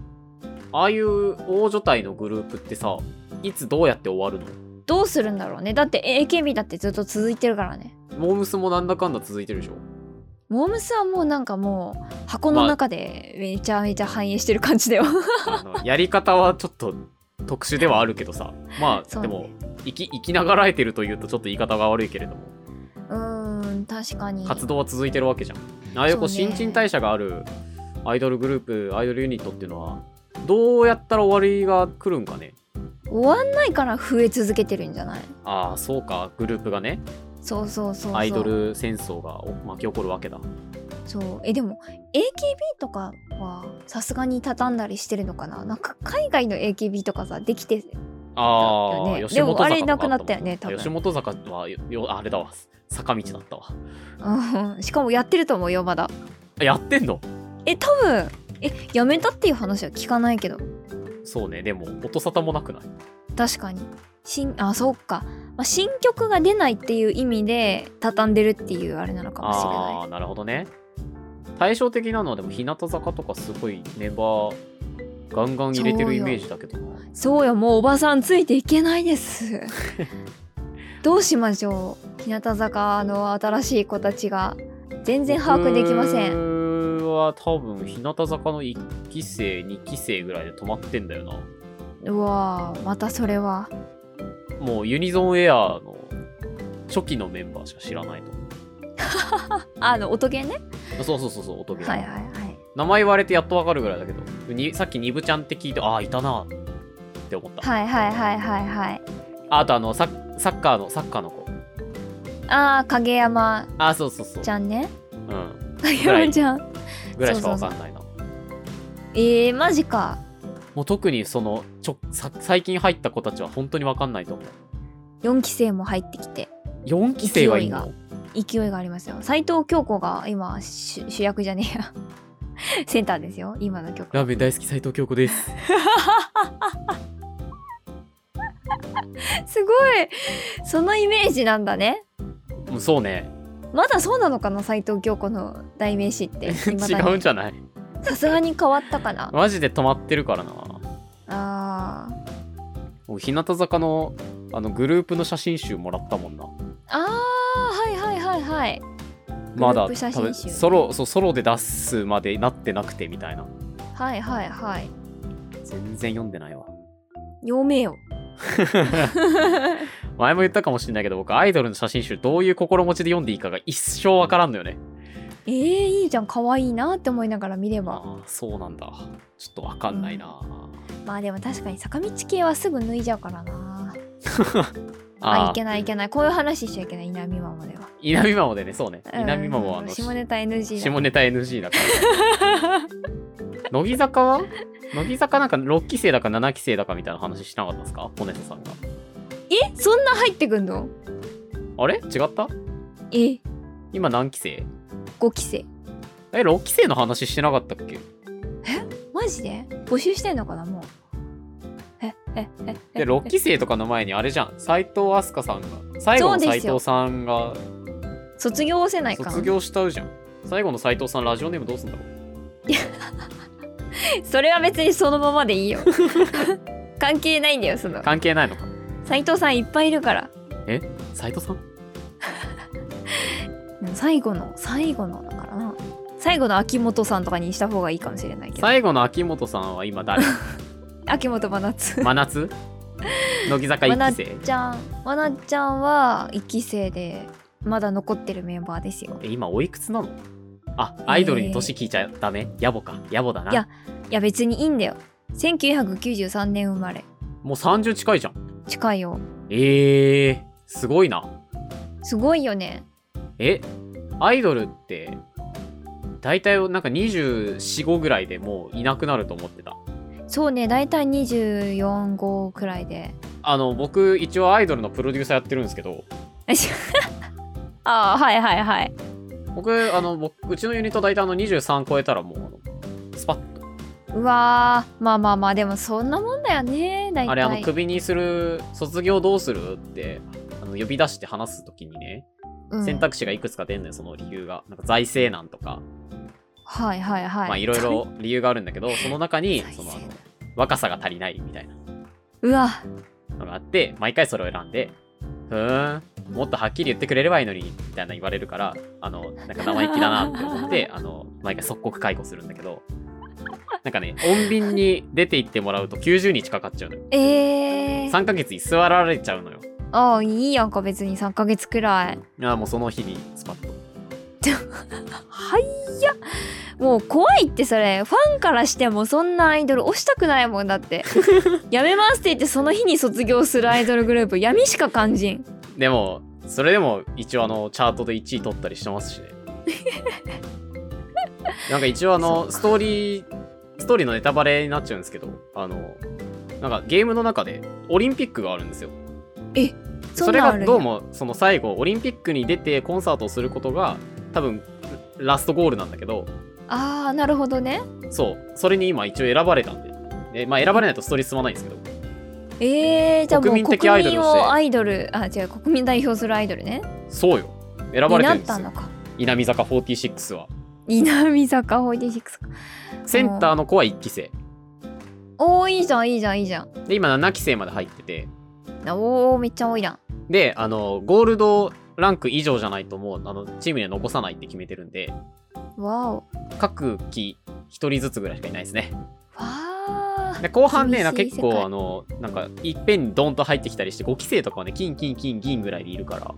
Speaker 1: ああいう大所帯のグループってさいつどうやって終わるの
Speaker 2: どうするんだろうねだって AKB だってずっと続いてるからね
Speaker 1: モームスもなんだかんだ続いてるでしょ
Speaker 2: モームスはもうなんかもう箱の中でめちゃめちゃ反映してる感じだよ
Speaker 1: あのやり方はちょっと特殊ではあるけどさまあ、
Speaker 2: そう
Speaker 1: で
Speaker 2: ね
Speaker 1: も生き生きながらえてるというとちょっと言い方が悪いけれども
Speaker 2: うーん確かに
Speaker 1: 活動は続いてるわけじゃん。ああいうこう
Speaker 2: そうね
Speaker 1: 新陳代謝があるアイドルグループアイドルユニットっていうのはどうやったら終わりが来るんかね
Speaker 2: 終わんないから増え続けてるんじゃない
Speaker 1: ああそうかグループがね
Speaker 2: そうそうそうそう
Speaker 1: アイドル戦争が巻き起こるわけだ
Speaker 2: そうえでも AKB とかはさすがに畳んだりしてるのかななんか海外の AKB とかさできて
Speaker 1: ああ、
Speaker 2: だよね
Speaker 1: 吉本坂とか
Speaker 2: でもあれなくなったよね
Speaker 1: あったもん
Speaker 2: 多分
Speaker 1: 吉本坂はよよあれだわ坂道だったわ
Speaker 2: うんしかもやってると思うよまだ
Speaker 1: あやってんの
Speaker 2: え多分えやめたっていう話は聞かないけど
Speaker 1: そうねでも音沙汰もなくない
Speaker 2: 確かに新あそうか、まあ、新曲が出ないっていう意味で畳んでるっていうあれなのかもしれ
Speaker 1: あ
Speaker 2: な
Speaker 1: あーなるほどね対照的なのはでも日向坂とかすごいメンバーガンガン入れてるイメージだけどない
Speaker 2: そうよもうおばさんついていけないです どうしましょう日向坂の新しい子たちが全然把握できません
Speaker 1: 僕は多分日向坂の1期生2期生ぐらいで止まってんだよな
Speaker 2: うわーまたそれは
Speaker 1: もうユニゾンエアーの初期のメンバーしか知らないと
Speaker 2: あの音ゲーね
Speaker 1: そうそうそうそう音ゲー、
Speaker 2: はいはいはい
Speaker 1: 名前言われてやっとわかるぐらいだけどにさっきニブちゃんって聞いてああいたなって思った、
Speaker 2: はいはいはいはいはい
Speaker 1: あとあのサッサッカーのサッカーの子
Speaker 2: ああ影山
Speaker 1: ああそうそうそう
Speaker 2: ちゃんね
Speaker 1: うん
Speaker 2: 影山ちゃん
Speaker 1: ぐらいしかわかんないな
Speaker 2: えー、マジか
Speaker 1: もう特にそのちょさ最近入った子たちは本当にわかんないと思う
Speaker 2: 4期生も入ってきて
Speaker 1: 4期生はいい
Speaker 2: 勢
Speaker 1: の
Speaker 2: 勢いがありますよ斎藤京子が今主主役じゃねえや センターですよ今の曲
Speaker 1: ラーメン大好き斉藤京子 です
Speaker 2: すごいそのイメージなんだね
Speaker 1: うんそうね
Speaker 2: まだそうなのかな斎藤京子の代名詞って未
Speaker 1: 違
Speaker 2: だに
Speaker 1: うんじゃない
Speaker 2: さすがに変わったかな
Speaker 1: マジで止まってるからな
Speaker 2: あー
Speaker 1: 僕日向坂のあのグループの写真集もらったもんな
Speaker 2: あーはいはいはいはい
Speaker 1: ま
Speaker 2: グルー
Speaker 1: だ
Speaker 2: プ写
Speaker 1: 多
Speaker 2: 真
Speaker 1: 分
Speaker 2: 集
Speaker 1: ソロそうソロで出すまでなってなくてみたいな
Speaker 2: はいはいはい
Speaker 1: 全然読んでないわ
Speaker 2: 読めよ
Speaker 1: 前も言ったかもしれないけど僕アイドルの写真集どういう心持ちで読んでいいかが一生わからんのよね
Speaker 2: えー、いいじゃん可愛いなって思いながら見れば
Speaker 1: ああそうなんだちょっとわかんないな、
Speaker 2: まあでも確かに坂道系はすぐ脱いじゃうからなあい
Speaker 1: ああ
Speaker 2: けないいけないこういう話しちゃいけない稲見ママでは
Speaker 1: 稲見マモでねそうね稲見マモはあ
Speaker 2: うん
Speaker 1: の
Speaker 2: 下ネタ NG だ
Speaker 1: 下ネタ NG だから乃木坂 は乃木坂なんか6期生だか7期生だかみたいな話しなかったですかポネトさんが
Speaker 2: えそんな入ってくんの
Speaker 1: あれ違った
Speaker 2: え
Speaker 1: 今何期生
Speaker 2: 5期生
Speaker 1: え、6期生の話してなかったっけ
Speaker 2: マジで募集してんのかなもうええええ
Speaker 1: で、6期生とかの前にあれじゃん、斎藤飛鳥さんが、最後の
Speaker 2: そ
Speaker 1: 斎
Speaker 2: うですよ
Speaker 1: 藤さんが
Speaker 2: 卒業せないか
Speaker 1: 卒業しちゃうじゃん。最後の斎藤さん、ラジオネームどうすんだろう
Speaker 2: それは別にそのままでい いよ関係ないんだよその
Speaker 1: 関係ないのか。
Speaker 2: 斉藤さんいっぱいいるから
Speaker 1: 斎藤さん
Speaker 2: うん最後の最後のだからな最後の秋元さんとかにした方がいいかもしれないけど
Speaker 1: 最後の秋元さんは今誰
Speaker 2: 秋元 真夏
Speaker 1: 真 夏乃木坂
Speaker 2: 真
Speaker 1: 1
Speaker 2: 夏
Speaker 1: 期生
Speaker 2: ちゃん真夏ちゃんは1期生でまだ残ってるメンバーですよ
Speaker 1: え、今おいくつなのあ、アイドルに年聞いちゃダメ野暮か。野暮だ
Speaker 2: いや
Speaker 1: な。
Speaker 2: いや別にいいんだよ1993年生まれ
Speaker 1: もう30近いじゃん。
Speaker 2: 近いよ
Speaker 1: えー、すごいな。
Speaker 2: すごいよね
Speaker 1: え、アイドルって、大体なんか24、5ぐらいでもういなくなると思ってた。
Speaker 2: そうね大体24号くら いで
Speaker 1: あの、僕、一応アイドルのプロデューサーやってるんですけど、
Speaker 2: ああはいはいはい
Speaker 1: 僕、あの、僕、うちのユニット大体あの23超えたらもうあの、スパッと。
Speaker 2: うわーまあまあまあでもそんなもんだよね大体
Speaker 1: あれ、あの、首にする、卒業どうするって、あの呼び出して話すときにね、
Speaker 2: うん
Speaker 1: 選択肢がいくつか出んねん、その理由が。なんか財政難とか、
Speaker 2: はいはいはい
Speaker 1: まあいろいろ理由があるんだけど、その中に
Speaker 2: 財、
Speaker 1: その、あ
Speaker 2: 政
Speaker 1: の
Speaker 2: 難、
Speaker 1: 若さが足りないみたいな。
Speaker 2: うわ
Speaker 1: のがあって毎回それを選んで「ふーんもっとはっきり言ってくれればいいのに」みたいな言われるからあのなんか生意気だなって思って あの毎回即刻解雇するんだけどなんかね穏便に出て行ってもらうと90日かかっちゃうのよ
Speaker 2: えー、
Speaker 1: 3ヶ月居座られちゃうのよ
Speaker 2: ああいいやんか別に3ヶ月くらい
Speaker 1: あーもうその日にスパッと
Speaker 2: はいやもう怖いってそれファンからしてもそんなアイドル押したくないもんだって やめますって言ってその日に卒業するアイドルグループ闇しか感じん
Speaker 1: でもそれでも一応あのチャートで1位取ったりしてますし ねなんか一応あ
Speaker 2: そっ
Speaker 1: の
Speaker 2: か
Speaker 1: ストーリーストーリーのネタバレになっちゃうんですけどあのなんかゲームの中でオリンピックがあるんですよそ
Speaker 2: ん
Speaker 1: れ
Speaker 2: なんあ
Speaker 1: が
Speaker 2: るんや
Speaker 1: どうもその最後オリンピックに出てコンサートをすることが多分ラストゴールなんだけど
Speaker 2: ああなるほどね
Speaker 1: そうそれに今一応選ばれたんでで、まあ、選ばれないとストーリー進まないんですけど
Speaker 2: えー、じゃあもう
Speaker 1: 国民
Speaker 2: 国
Speaker 1: 的アイドル
Speaker 2: 民
Speaker 1: として
Speaker 2: をアイドルあ違う国民代表するアイドルね
Speaker 1: そうよ選ばれ
Speaker 2: に
Speaker 1: てる
Speaker 2: なっ
Speaker 1: んです
Speaker 2: た
Speaker 1: よ
Speaker 2: のか
Speaker 1: 稲見坂46は
Speaker 2: 南坂46か
Speaker 1: センターの子は1期生
Speaker 2: おーいいじゃんいいじゃんいいじゃん
Speaker 1: で今7期生まで入ってて
Speaker 2: おーめっちゃ多いな
Speaker 1: であのゴールドランク以上じゃないともうあのチームには残さないって決めてるんで
Speaker 2: わおわ
Speaker 1: 各期1人ずつぐらいしかいないですね
Speaker 2: あ
Speaker 1: で後半ね、なんか
Speaker 2: 厳しい
Speaker 1: 結
Speaker 2: 世界
Speaker 1: 構あの、なんかいっぺんにドンと入ってきたりして、5期生とかはね、金、金、金、銀ぐらいでいるから、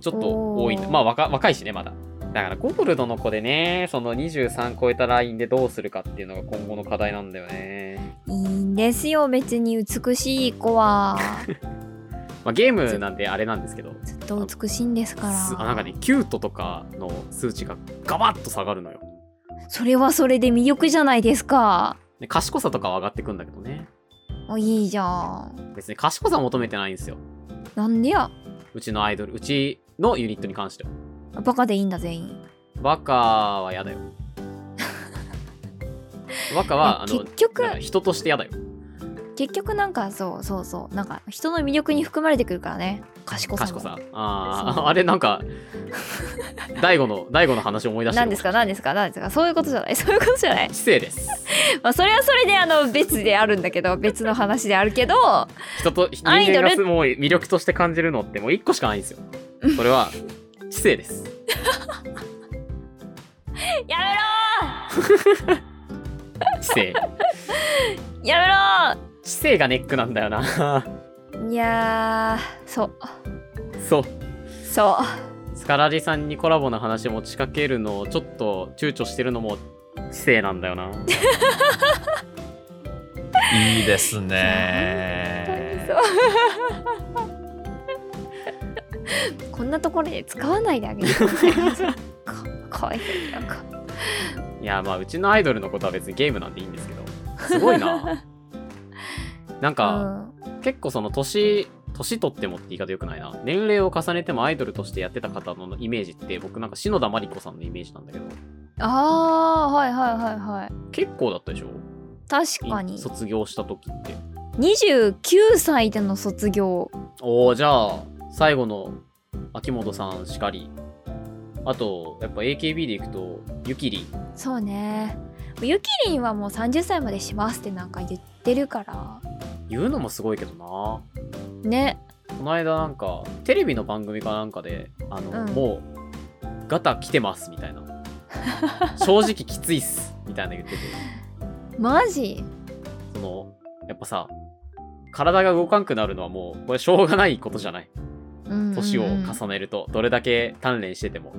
Speaker 1: ちょっと多いんだ
Speaker 2: おー
Speaker 1: まあ若若いしね、まだ。だからゴールドの子でね、その23超えたラインでどうするかっていうのが今後の課題なんだよね。
Speaker 2: いいんですよ別に美しい子は
Speaker 1: まあゲームなんであれなんですけど、
Speaker 2: ずっと美しいんですから
Speaker 1: すあなんかね、キュートとかの数値がガバッと下がるのよ。
Speaker 2: それはそれで魅力じゃないですか
Speaker 1: で賢さとかは上がってくんだけどね。
Speaker 2: おいいじゃん
Speaker 1: 別に賢さ求めてないんですよ。
Speaker 2: なんでや
Speaker 1: うちのアイドル、うちのユニットに関しては。
Speaker 2: バカでいいんだ全員
Speaker 1: バカは嫌 だよ。バカは、あの、
Speaker 2: 結局
Speaker 1: なんか人として嫌だよ。
Speaker 2: 結局なんかそうそうそうなんか人の魅力に含まれてくるからね賢さも
Speaker 1: 賢さ。あ
Speaker 2: そう
Speaker 1: あ、あれなんか、大悟の、大悟の話思い出して
Speaker 2: 何ですか何ですか何ですかそういうことじゃない そういうことじゃない、
Speaker 1: 知性です。
Speaker 2: まあ、それはそれであの別であるんだ けど別の話であるけど
Speaker 1: 人と、人
Speaker 2: アイド
Speaker 1: 間
Speaker 2: ル
Speaker 1: がすごい魅力として感じるのってもう一個しかないんですよ。それは、知性です。
Speaker 2: や
Speaker 1: 知性。
Speaker 2: めろーや
Speaker 1: 知性がネックなんだ よな。
Speaker 2: めろーいやーそう
Speaker 1: そう。
Speaker 2: そう
Speaker 1: スカラリさんにコラボの話持ちかけるのをちょっと躊躇してるのも知性なんだよな。
Speaker 4: いいです
Speaker 2: 本
Speaker 4: ね。
Speaker 2: 当にそう こんなところで使わないであげて くださいねかかわいそうなんか
Speaker 1: いやまあうちのアイドルのことは別にゲームなんていいんですけどすごい ななんか、結構その年年取ってもって言い方よくないな年齢を重ねてもアイドルとしてやってた方のイメージって僕なんか篠田真理子さんのイメージなんだけど
Speaker 2: あーはいはいはいはい
Speaker 1: 結構だったでしょ
Speaker 2: 確か
Speaker 1: い
Speaker 2: に
Speaker 1: 卒業した時って
Speaker 2: 29歳での卒業
Speaker 1: おおじゃあ最後の秋元さんしかりあとやっぱ AKB でいくとゆきりん
Speaker 2: そうねゆきりんはもう30歳までしますってなんか言ってるから
Speaker 1: 言うのもすごいけどな
Speaker 2: ね
Speaker 1: この間なんかテレビの番組かなんかであの、
Speaker 2: うん
Speaker 1: もうガタ来てますみたいな正直きついっすみたいな言ってて
Speaker 2: マジ
Speaker 1: そのやっぱさ体が動かんくなるのはもうこれしょうがないことじゃない年を重ねるとどれだけ鍛錬してても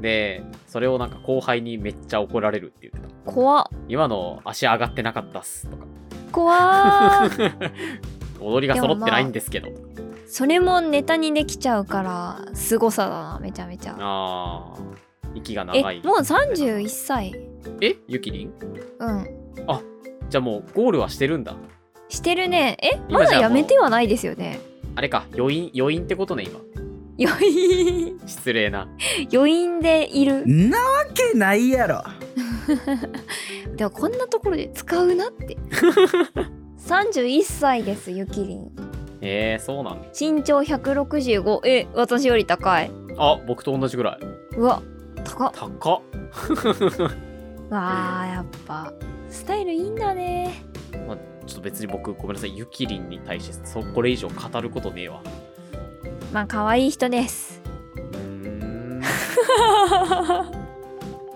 Speaker 1: でそれをなんか後輩にめっちゃ怒られるって言ってた
Speaker 2: 怖っ
Speaker 1: 今の足上がってなかったっすとか
Speaker 2: 怖っ
Speaker 1: 踊りが揃ってないんですけど、とか
Speaker 2: それもネタにできちゃうからすごさだなめちゃめちゃ
Speaker 1: あー息が
Speaker 2: え
Speaker 1: 長い
Speaker 2: もう31歳
Speaker 1: えゆきりん
Speaker 2: うん
Speaker 1: じゃあもうゴールはしてるんだ
Speaker 2: してるねえ
Speaker 1: 今
Speaker 2: ま
Speaker 1: じ
Speaker 2: だ
Speaker 1: ゃあ
Speaker 2: やめてはないですよね
Speaker 1: あれか余韻余韻ってことね今
Speaker 2: 余韻
Speaker 1: 失礼な
Speaker 2: 余韻でいる
Speaker 3: んなわけないやろ
Speaker 2: でもこんなところで使うなって 31歳ですゆきりん
Speaker 1: えー、そうなんだ
Speaker 2: 身長165え私より高い
Speaker 1: あ僕と同じぐらいう
Speaker 2: わ高っ
Speaker 1: 高っ
Speaker 2: わあやっぱスタイルいいんだね
Speaker 1: ちょっと別に僕ごめんなさいゆきりんに対してそこれ以上語ることねえわ
Speaker 2: まあ可愛い人です
Speaker 1: うーん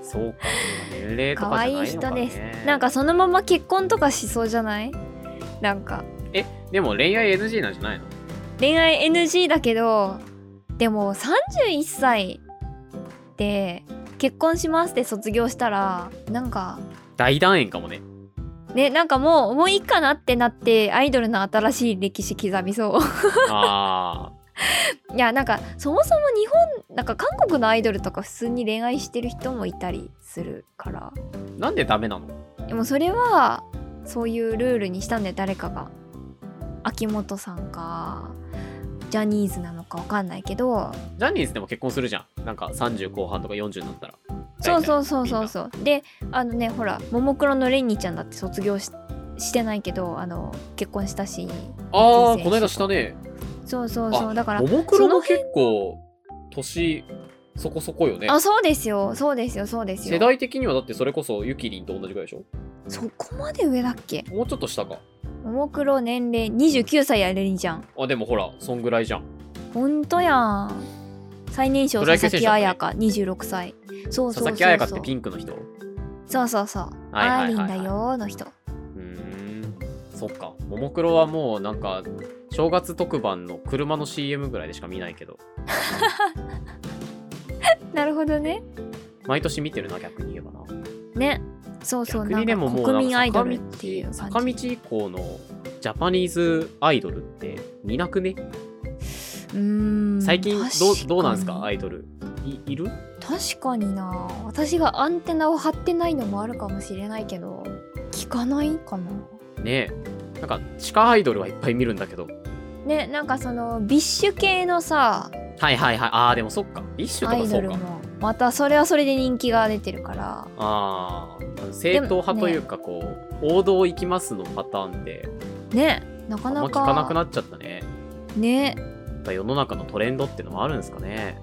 Speaker 1: そうか年齢と
Speaker 2: 可
Speaker 1: かじゃ
Speaker 2: 愛
Speaker 1: ないいのか、
Speaker 2: 人
Speaker 1: ね、
Speaker 2: ですなんかそのまま結婚とかしそうじゃないなんか
Speaker 1: でも恋愛 NG なんじゃないの
Speaker 2: 恋愛 NG だけどでも31歳で結婚しますって卒業したらなんか
Speaker 1: 大団円か もね
Speaker 2: ねなんかもうもういいかなってなってアイドルの新しい歴史刻みそう
Speaker 1: あ
Speaker 2: いやなんかそもそも日本なんか韓国のアイドルとか普通に恋愛してる人もいたりするから
Speaker 1: ーなんでダメなの
Speaker 2: でもそれはそういうルールにしたんで誰かが秋元さんかジャニーズなのかわかんないけど
Speaker 1: ジャニーズでも結婚するじゃんなんか30後半とか40になったら
Speaker 2: そう
Speaker 1: う
Speaker 2: そうそうそうそうであのねほらももクロのレンニちゃんだって卒業ししてないけどあの結婚したし
Speaker 1: ああ
Speaker 2: 人生
Speaker 1: この間したね
Speaker 2: そうそうそうだから
Speaker 1: ももクロも
Speaker 2: その辺
Speaker 1: 結構年そこそこよね
Speaker 2: あそうですよそうですよそうですよ
Speaker 1: 世代的にはだってそれこそゆきりんと同じぐらいでしょ
Speaker 2: そこまで上だっけ
Speaker 1: もうちょっと下か
Speaker 2: ももクロ年齢29歳やレンニちゃん
Speaker 1: あでもほらそんぐらいじゃん
Speaker 2: ほんとやん。最年少
Speaker 1: プロ野
Speaker 2: 佐
Speaker 1: 球
Speaker 2: 々
Speaker 1: 選手
Speaker 2: 木
Speaker 1: だったね
Speaker 2: 彩香26歳。そう
Speaker 1: 佐
Speaker 2: そうそうそう。
Speaker 1: 々木彩香ってピンクの人う
Speaker 2: そうそうそう。
Speaker 1: はいはい
Speaker 2: アー
Speaker 1: はい
Speaker 2: リン
Speaker 1: はい
Speaker 2: だよーの人。
Speaker 1: ーんそっかももクロはもうなんか正月特番の車の CM ぐらいでしか見ないけど
Speaker 2: なるほどね。
Speaker 1: 毎年見てるな逆に言えばな
Speaker 2: ね。そうそう。
Speaker 1: 逆にで
Speaker 2: な
Speaker 1: も
Speaker 2: ん
Speaker 1: も
Speaker 2: か
Speaker 1: う
Speaker 2: 国
Speaker 1: なん
Speaker 2: 民
Speaker 1: か
Speaker 2: アイドルっていう感
Speaker 1: 坂道
Speaker 2: じ。
Speaker 1: 以降のジャパニーズアイドルって見なくね
Speaker 2: うーん。
Speaker 1: 最近どうどうなんですかア
Speaker 2: 確
Speaker 1: イドルいいる
Speaker 2: かに確かにな。私がアンテナを張ってないのもあるかもしれないけど、聞かないかな。
Speaker 1: ねえなんか地下アイドルはいっぱい見るんだけど
Speaker 2: ね、なんかそのビッシュ系のさ
Speaker 1: はいはいはいああでもそっかビッシュ
Speaker 2: ア
Speaker 1: と
Speaker 2: イ
Speaker 1: かそ
Speaker 2: ド
Speaker 1: う
Speaker 2: ル
Speaker 1: か
Speaker 2: もまたそれはそれで人気が出てるから
Speaker 1: あーあの正統派というかこう、王道行きますのパターンで
Speaker 2: ねな
Speaker 1: あ
Speaker 2: か
Speaker 1: んま
Speaker 2: な
Speaker 1: 聞
Speaker 2: か
Speaker 1: かなくなっちゃったねや
Speaker 2: ね
Speaker 1: っぱ世の中のトレンドってのもあるんですかね、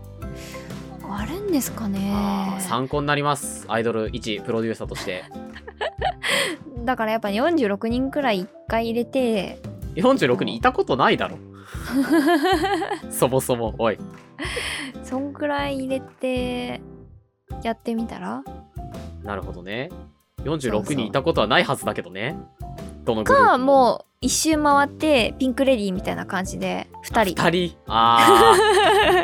Speaker 2: あるんですか
Speaker 1: あ
Speaker 2: ね
Speaker 1: ー参考になりますアイドル一プロデューサーとして
Speaker 2: だからやっぱ46人くらい1回入れて
Speaker 1: 46人いたことない だろそもそもおい
Speaker 2: そんくらい入れてやってみたら
Speaker 1: なるほどね
Speaker 2: そう
Speaker 1: 46人いたことはないはずだけどねどのグループ
Speaker 2: かもう一周回ってピンクレディーみたいな感じで2人
Speaker 1: 2人あ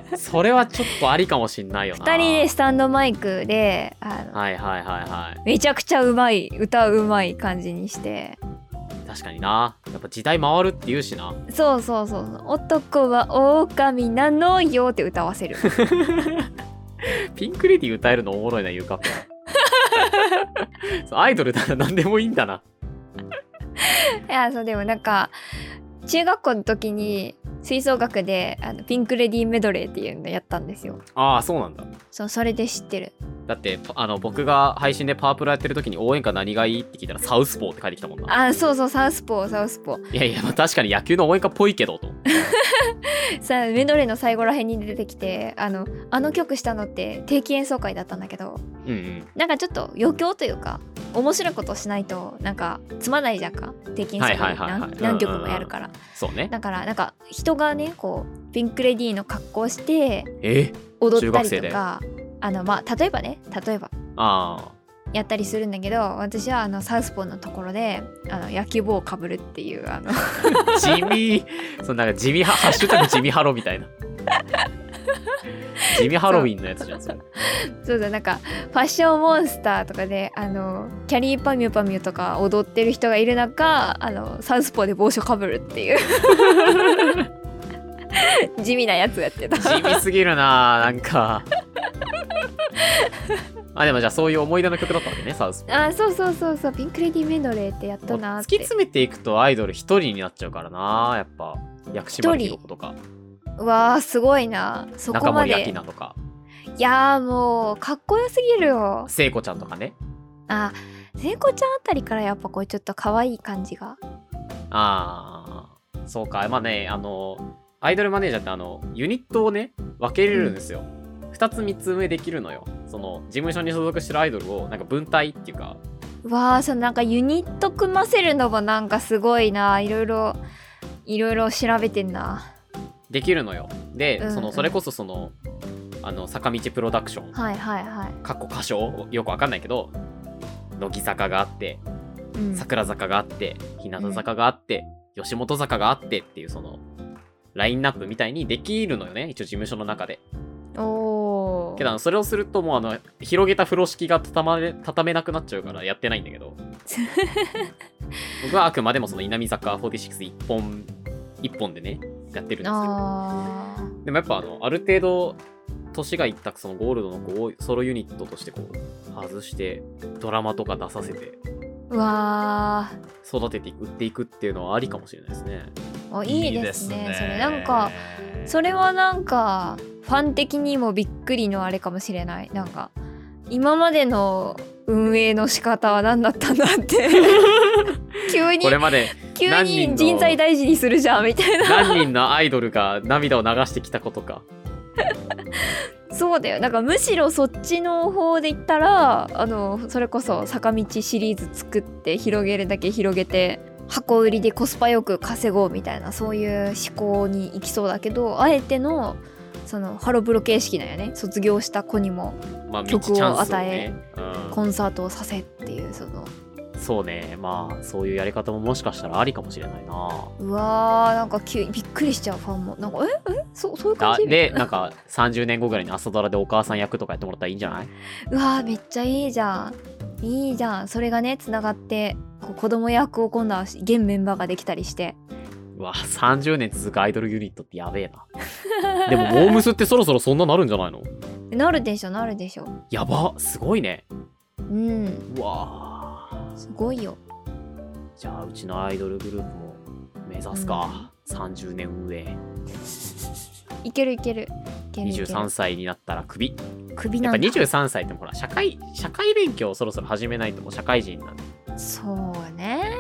Speaker 1: あそれはちょっとありかもしんないよな
Speaker 2: 2人でスタンドマイクであの
Speaker 1: はいはいはいは
Speaker 2: めちゃくちゃうまい歌うまい感じにして
Speaker 1: い確かになやっぱ時代回るって言うしな
Speaker 2: そうそうそうそう男は狼なのよって歌わせ る
Speaker 1: ピンクレディ歌えるのおもろいなゆう かっぺそうアイドルなら何でもいいんだない
Speaker 2: やそうでもなんか中学校の時に吹奏楽であのピンクレディーメドレーっていうのやったんですよ
Speaker 1: ああそうなんだ
Speaker 2: そうそれで知ってる
Speaker 1: だって、あの、僕が配信でパワープロやってる時に応援歌何がいいって聞いたら、サウスポーって書いてきたもんな。
Speaker 2: あそうそうサウスポーサウスポー
Speaker 1: いやいや、まあ、確かに野球の応援歌っぽいけど、と。
Speaker 2: さあメドレーの最後らへんに出てきてあのあの曲したのって定期演奏会だったんだけど
Speaker 1: うんうん。
Speaker 2: なんかちょっと余興というか面白いことしないとなんかつまんないじゃんか定期演奏会
Speaker 1: はいはいはいはい
Speaker 2: 何何曲もやるから
Speaker 1: そうね。
Speaker 2: だからなんか人がねこうピンク・レディーの格好をして
Speaker 1: え
Speaker 2: 踊ったり
Speaker 1: 中学生
Speaker 2: と
Speaker 1: で
Speaker 2: かあのまあ例えばね例えば
Speaker 1: あ
Speaker 2: やったりするんだけど私はあのサウスポーのところであの野球帽をかぶるっていうあの
Speaker 1: あ。地味、そのなんか地味派、ハッシュタグ地味ハロみたいな。地味ハロウィンのやつじゃん、それ。
Speaker 2: そうだなんかファッションモンスターとかであのキャリーパミュパミュとか踊ってる人がいる中あのサウスポーで帽子をかぶるっていう 地味なやつやってた
Speaker 1: 地味すぎるななんか。あ、でもじゃあそういう思い出の曲だったわけね、サウスポー
Speaker 2: あそうそうそうそうピンク・レディーメドレーってやった
Speaker 1: もう
Speaker 2: なー
Speaker 1: 突
Speaker 2: っ
Speaker 1: き
Speaker 2: て
Speaker 1: 詰めていくとアイドル一人になっちゃうからなやっぱ薬師丸ひろ子とか
Speaker 2: うわーすごいなそこ
Speaker 1: 中
Speaker 2: ま
Speaker 1: 森
Speaker 2: で
Speaker 1: 明菜とか
Speaker 2: いやーもうかっこよすぎるよ
Speaker 1: 聖子ちゃんとかね
Speaker 2: あ聖子ちゃんあたりからやっぱこうちょっと可愛い感じが
Speaker 1: ああそうかまあねあのアイドルマネージャーってあのユニットをね分けれるんですよ、2つ3つ上できるのよその事務所に所属してるアイドルをなんか分隊っていうか
Speaker 2: うわあそのなんかユニット組ませるのもなんかすごいないろいろいろいろ調べてんな
Speaker 1: できるのよで、
Speaker 2: うんうん
Speaker 1: そのそれこそそのあの坂道プロダクション
Speaker 2: はいはいはい、
Speaker 1: かっこ歌唱よくわかんないけど乃木坂があって
Speaker 2: うん、
Speaker 1: 桜坂があって日向坂があって、吉本坂があってっていうそのラインナップみたいにできるのよね一応事務所の中で
Speaker 2: おお
Speaker 1: けどあのそれをするともうあの広げた風呂敷が畳まれ畳めなくなっちゃうからやってないんだけ ど僕はあくまでもその稲見坂46一本一本でねやってるんですけど
Speaker 2: あー
Speaker 1: でもやっぱあのある程度年がいったそのゴールドの子をソロユニットとしてこう外してドラマとか出させて
Speaker 2: うわあ
Speaker 1: 育てていく売っていくっていうのはありかもしれないですね
Speaker 2: おいいですねそれなんかそれはなんかファン的にもびっくりのあれかもしれないなんか今までの運営の仕方は何だったんだって急に
Speaker 1: これまで
Speaker 2: 急
Speaker 1: 何人
Speaker 2: に
Speaker 1: の
Speaker 2: 人材大事にするじゃんみたいな
Speaker 1: 何人のアイドルが涙を流してきたことか。
Speaker 2: そうだよなんかむしろそっちの方で言ったらあのそれこそ坂道シリーズ作って広げるだけ広げて箱売りでコスパよく稼ごうみたいなそういう思考に行きそうだけどあえてのそのハロプロ形式なんやね卒業した子にも
Speaker 1: まあ、道
Speaker 2: 曲を
Speaker 1: チャンスを
Speaker 2: 与え
Speaker 1: ね、
Speaker 2: コンサートをさせっていうその
Speaker 1: うん。そうね。まあ、そういうやり方ももしかしたらありかもしれないな。
Speaker 2: うわーなんか急にびっくりしちゃうファンもなんかええそそういう感
Speaker 1: あ
Speaker 2: じ
Speaker 1: で、なんか30年後ぐらいに朝ドラでお母さん役とかやってもらったらいいんじゃないう
Speaker 2: わーめっちゃいいじゃんいいじゃんそれがねつながってこう子供役を今度は現メンバーができたりして
Speaker 1: うわ、30年続くアイドルユニットってやべえな。 でも、モームスってそろそろそんななるんじゃないの
Speaker 2: なるでしょなるでしょ
Speaker 1: やば、すごいね。
Speaker 2: うん
Speaker 1: うわー
Speaker 2: すごいよ
Speaker 1: じゃあ、うちのアイドルグループも目指すか。30年上。
Speaker 2: いけるいけるいけるいける
Speaker 1: 23歳になったら首。
Speaker 2: 首
Speaker 1: やっ
Speaker 2: な
Speaker 1: ぱ
Speaker 2: んだ
Speaker 1: 23歳ってほら社会社会勉強をそろそろ始めないともう社会人なんで
Speaker 2: そうね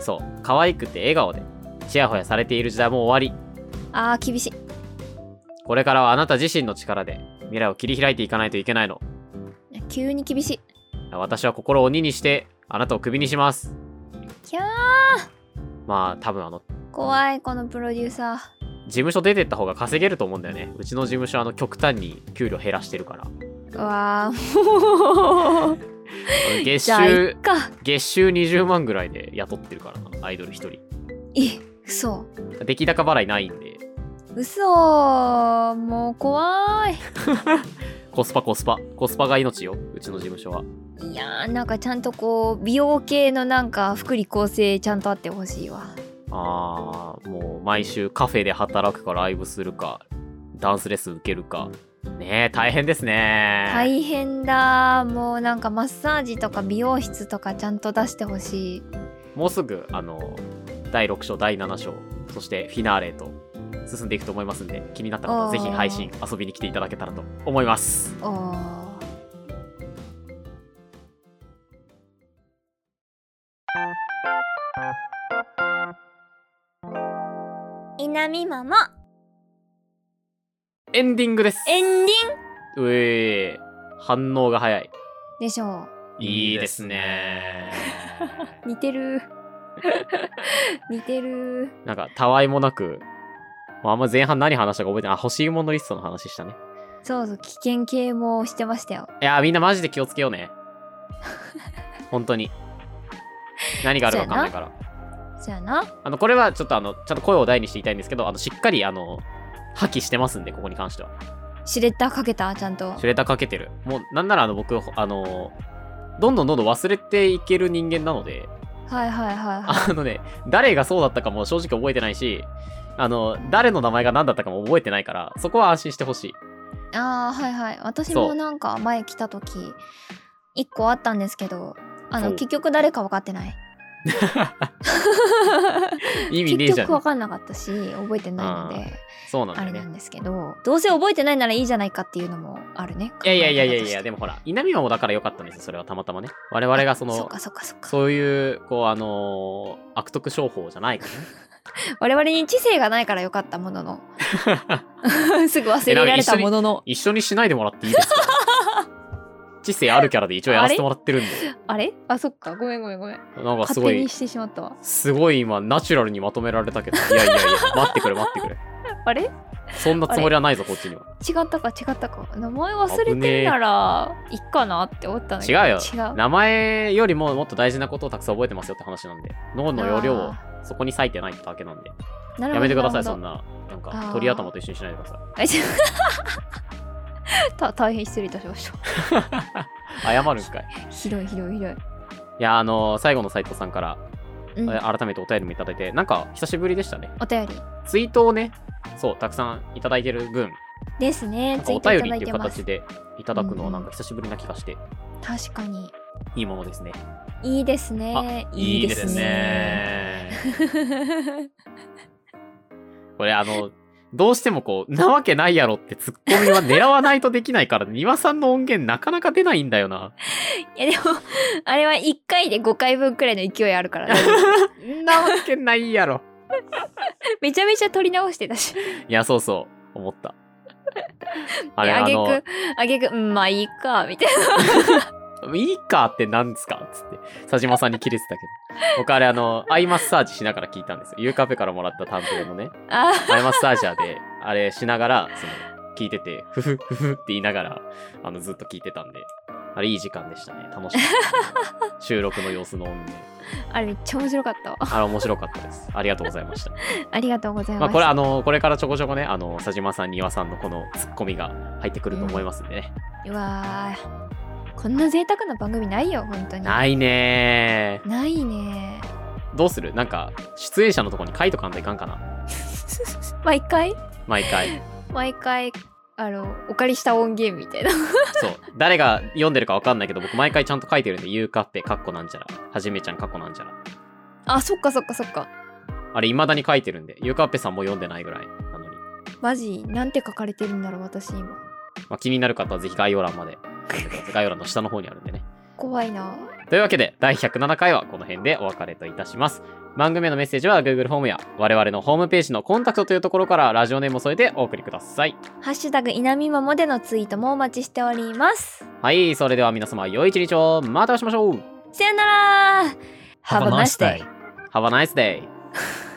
Speaker 1: そう可愛くて笑顔でちやほやされている時代も終わり
Speaker 2: あー厳しい
Speaker 1: これからはあなた自身の力で未来を切り開いていかないといけないの
Speaker 2: 急に厳しい
Speaker 1: 私は心を鬼にしてあなたをクビにします
Speaker 2: きゃー
Speaker 1: まあ多分あの
Speaker 2: 怖いこのプロデューサー
Speaker 1: 事務所出てった方が稼げると思うんだよねうちの事務所はあの極端に給料減らしてるから
Speaker 2: うわー もう
Speaker 1: 月
Speaker 2: じゃあいっ
Speaker 1: 収
Speaker 2: か
Speaker 1: 月収20万ぐらいで雇ってるからなアイドル1人
Speaker 2: え嘘
Speaker 1: 出来高払いないんで
Speaker 2: 嘘もう怖い
Speaker 1: コスパコスパコスパが命ようちの事務所はい
Speaker 2: やーなんかちゃんとこう美容系のなんか福利厚生ちゃんとあってほしいわ
Speaker 1: ああ、もう毎週カフェで働くかライブするか、ダンスレッスン受けるか。ねえ、大変ですね。
Speaker 2: 大変だもうなんかマッサージとか美容室とかちゃんと出してほしい
Speaker 1: もうすぐ、あの、第6章、第7章、そしてフィナーレへと進んでいくと思いますんで、気になった方はぜひ配信遊びに来ていただけたらと思います。
Speaker 2: おー南ママ
Speaker 1: エンディングです。
Speaker 2: エンディング
Speaker 1: うえー、反応が早い。
Speaker 2: でしょ
Speaker 1: いいですね。
Speaker 2: う似てる 似てる
Speaker 1: なんか、たわいもなく、まああんま前半何話したか覚えてない。あ、欲しいものリストの話したね。
Speaker 2: そうそう危険系もしてましたよ
Speaker 1: いやー、みんなマジで気をつけよう ね。本当に。何があるか分かんないから。
Speaker 2: そうやな
Speaker 1: あの、これはちょっとあの、ちゃんと声を大にして言いたいんですけど、あの、しっかりあの、破棄してますんで、ここに関しては。
Speaker 2: シュレッダーかけたちゃんと
Speaker 1: シュレーターかけてる。もう、なんならあの、僕、あの、どんどんどんどん忘れていける人間なので、
Speaker 2: はいはいはいはい
Speaker 1: あのね、誰がそうだったかも正直覚えてないし、あの、誰の名前が何だったかも覚えてないから、そこは安心してほしい。
Speaker 2: あーはいはい私
Speaker 1: そ
Speaker 2: も
Speaker 1: う
Speaker 2: なんか前来た時一個あったんですけどあ
Speaker 1: そ
Speaker 2: の
Speaker 1: う
Speaker 2: 結局誰か分かってない
Speaker 1: 意味ねえ
Speaker 2: 結
Speaker 1: じゃ
Speaker 2: 局分
Speaker 1: ん。
Speaker 2: かんなかったし覚えてないので
Speaker 1: そうなんだ
Speaker 2: あ
Speaker 1: よ
Speaker 2: れな
Speaker 1: ね。
Speaker 2: んですけどどうせ覚えてないならいいじゃないかっていうのもあるね
Speaker 1: いやいやいやいやいや、で
Speaker 2: も
Speaker 1: もほら、稲見もだから良かったんですよ、それはたまたまね。我々がそ
Speaker 2: そっ
Speaker 1: の、
Speaker 2: かそっかそっか
Speaker 1: そういう、こう、あのー悪徳商法じゃないからね。
Speaker 2: 我々に知性がないからよかったも の のすぐ忘れられたものの
Speaker 1: 一緒にしないでもらっていいです か知性あるキャラで一応やらせてもらってるんで。
Speaker 2: あれあそっかごめんごめんごめん
Speaker 1: なんかす
Speaker 2: 勝
Speaker 1: ご
Speaker 2: 手
Speaker 1: い
Speaker 2: に、してしまったわ
Speaker 1: すごい今、ナチュラルにまとめられ たけど、いやいやいや、待ってくれ待ってくれ。
Speaker 2: あれ違
Speaker 1: そんなつもりはないぞ、こっちには。
Speaker 2: ったか違ったか名前忘れてるならいっかなって思ったんだけど
Speaker 1: 違うよ
Speaker 2: 違う
Speaker 1: 名前よりももっと大事なことをたくさん覚えてますよって話なんで、脳の容量をそこに割いてないってだけなんで、
Speaker 2: なるほど
Speaker 1: やめてください、
Speaker 2: な
Speaker 1: そ
Speaker 2: るほ
Speaker 1: ん
Speaker 2: ど
Speaker 1: な、なんか
Speaker 2: あー
Speaker 1: 鳥頭と一緒にしないでくださ
Speaker 2: あちょ た大変失礼いたしました
Speaker 1: い。謝るんかい。
Speaker 2: ひどいひどいひどい、
Speaker 1: いや、あの最後の斉藤さんから、
Speaker 2: うん、
Speaker 1: え改めてお便りもいただいて、なんか久しぶりでしたね。
Speaker 2: お便り
Speaker 1: ツイートをね、そう、たくさんいただいてる分、
Speaker 2: ですね
Speaker 1: なん
Speaker 2: ツ
Speaker 1: か
Speaker 2: イ
Speaker 1: お
Speaker 2: ートい
Speaker 1: 便
Speaker 2: た
Speaker 1: りっ
Speaker 2: だい
Speaker 1: てい
Speaker 2: て
Speaker 1: う
Speaker 2: ます
Speaker 1: 形でいただくのは
Speaker 2: うん
Speaker 1: なんか久しぶりな気がして、
Speaker 2: 確かに
Speaker 1: いいものですね。
Speaker 2: いいですね
Speaker 1: あ
Speaker 2: いいですね
Speaker 1: いいですね これあの、どうしてもこう、なわけないやろってツッコミは狙わないとできないから、 庭さんの音源なかなか出ないんだよな。
Speaker 2: いやでも あれは1回で5回分くらいの勢いあるか ら、ね、
Speaker 1: ん なわけないやろ。
Speaker 2: めちゃめちゃ取り直してたし
Speaker 1: いや、そうそう、思 った。あれ、
Speaker 2: で
Speaker 1: あ
Speaker 2: げ
Speaker 1: の
Speaker 2: く、あげくうんまあいいかみたい
Speaker 1: いいかってなんですかつって、佐島さんに切れてたけど。僕あれ、あの、アイマッサージしながら聞いたんですよ。ゆうカフェからもらった担当のね、
Speaker 2: なあ
Speaker 1: アイマッサージャーで、あれしながら、その、聞いてて、ふふふふって言いながら、あの、ずっと聞いてたんで、あれ、いい時間でしたね。楽しか った。収録の様子の音源。
Speaker 2: あれめっちゃ面白かったわ
Speaker 1: あれ、面白かったです。ありがとうございました。
Speaker 2: ありがとうござい
Speaker 1: ま
Speaker 2: ま
Speaker 1: あ、
Speaker 2: す、
Speaker 1: これ、あの、これからちょこちょこね、あの、佐島さん、庭さんのこのツッコミが入ってくると思いますんでね。
Speaker 2: うわーこんな贅沢な番組ないよ本当に
Speaker 1: ないね
Speaker 2: ないね
Speaker 1: ー。どうするなんか、出演者のとこに書いとかんといかんかな。
Speaker 2: 毎回
Speaker 1: 毎 回。
Speaker 2: 毎回あのお借りした音源みたいな
Speaker 1: そう。誰が読んでるかわかんないけど、僕毎回ちゃんと書いてるんで、ゆうかっぺ、かっこなんちゃら、はじめちゃん、かっこなんちゃら。
Speaker 2: あそっかそっかそっか
Speaker 1: あれ、未だに書いてるんで、ゆうかっぺさんも読んでないぐらいなのに。
Speaker 2: マジなんて書かれてるんだろう私今
Speaker 1: まあ、気になる方はぜひ概要欄まで。 概要欄の下の方にあるんでね。
Speaker 2: 怖いな
Speaker 1: というわけで、第107回はこの辺でお別れといたします。番組へのメッセージは Google ホームや我々のホームページのコンタクトというところからラジオネームを添えてお送りください。
Speaker 2: ハッシュタグいなみまもでのツイートもお待ちしております
Speaker 1: はい、それでは皆様、良い一日をまたお会いしましょう
Speaker 2: さよなら
Speaker 4: Have a nice day.
Speaker 1: !Have a nice day!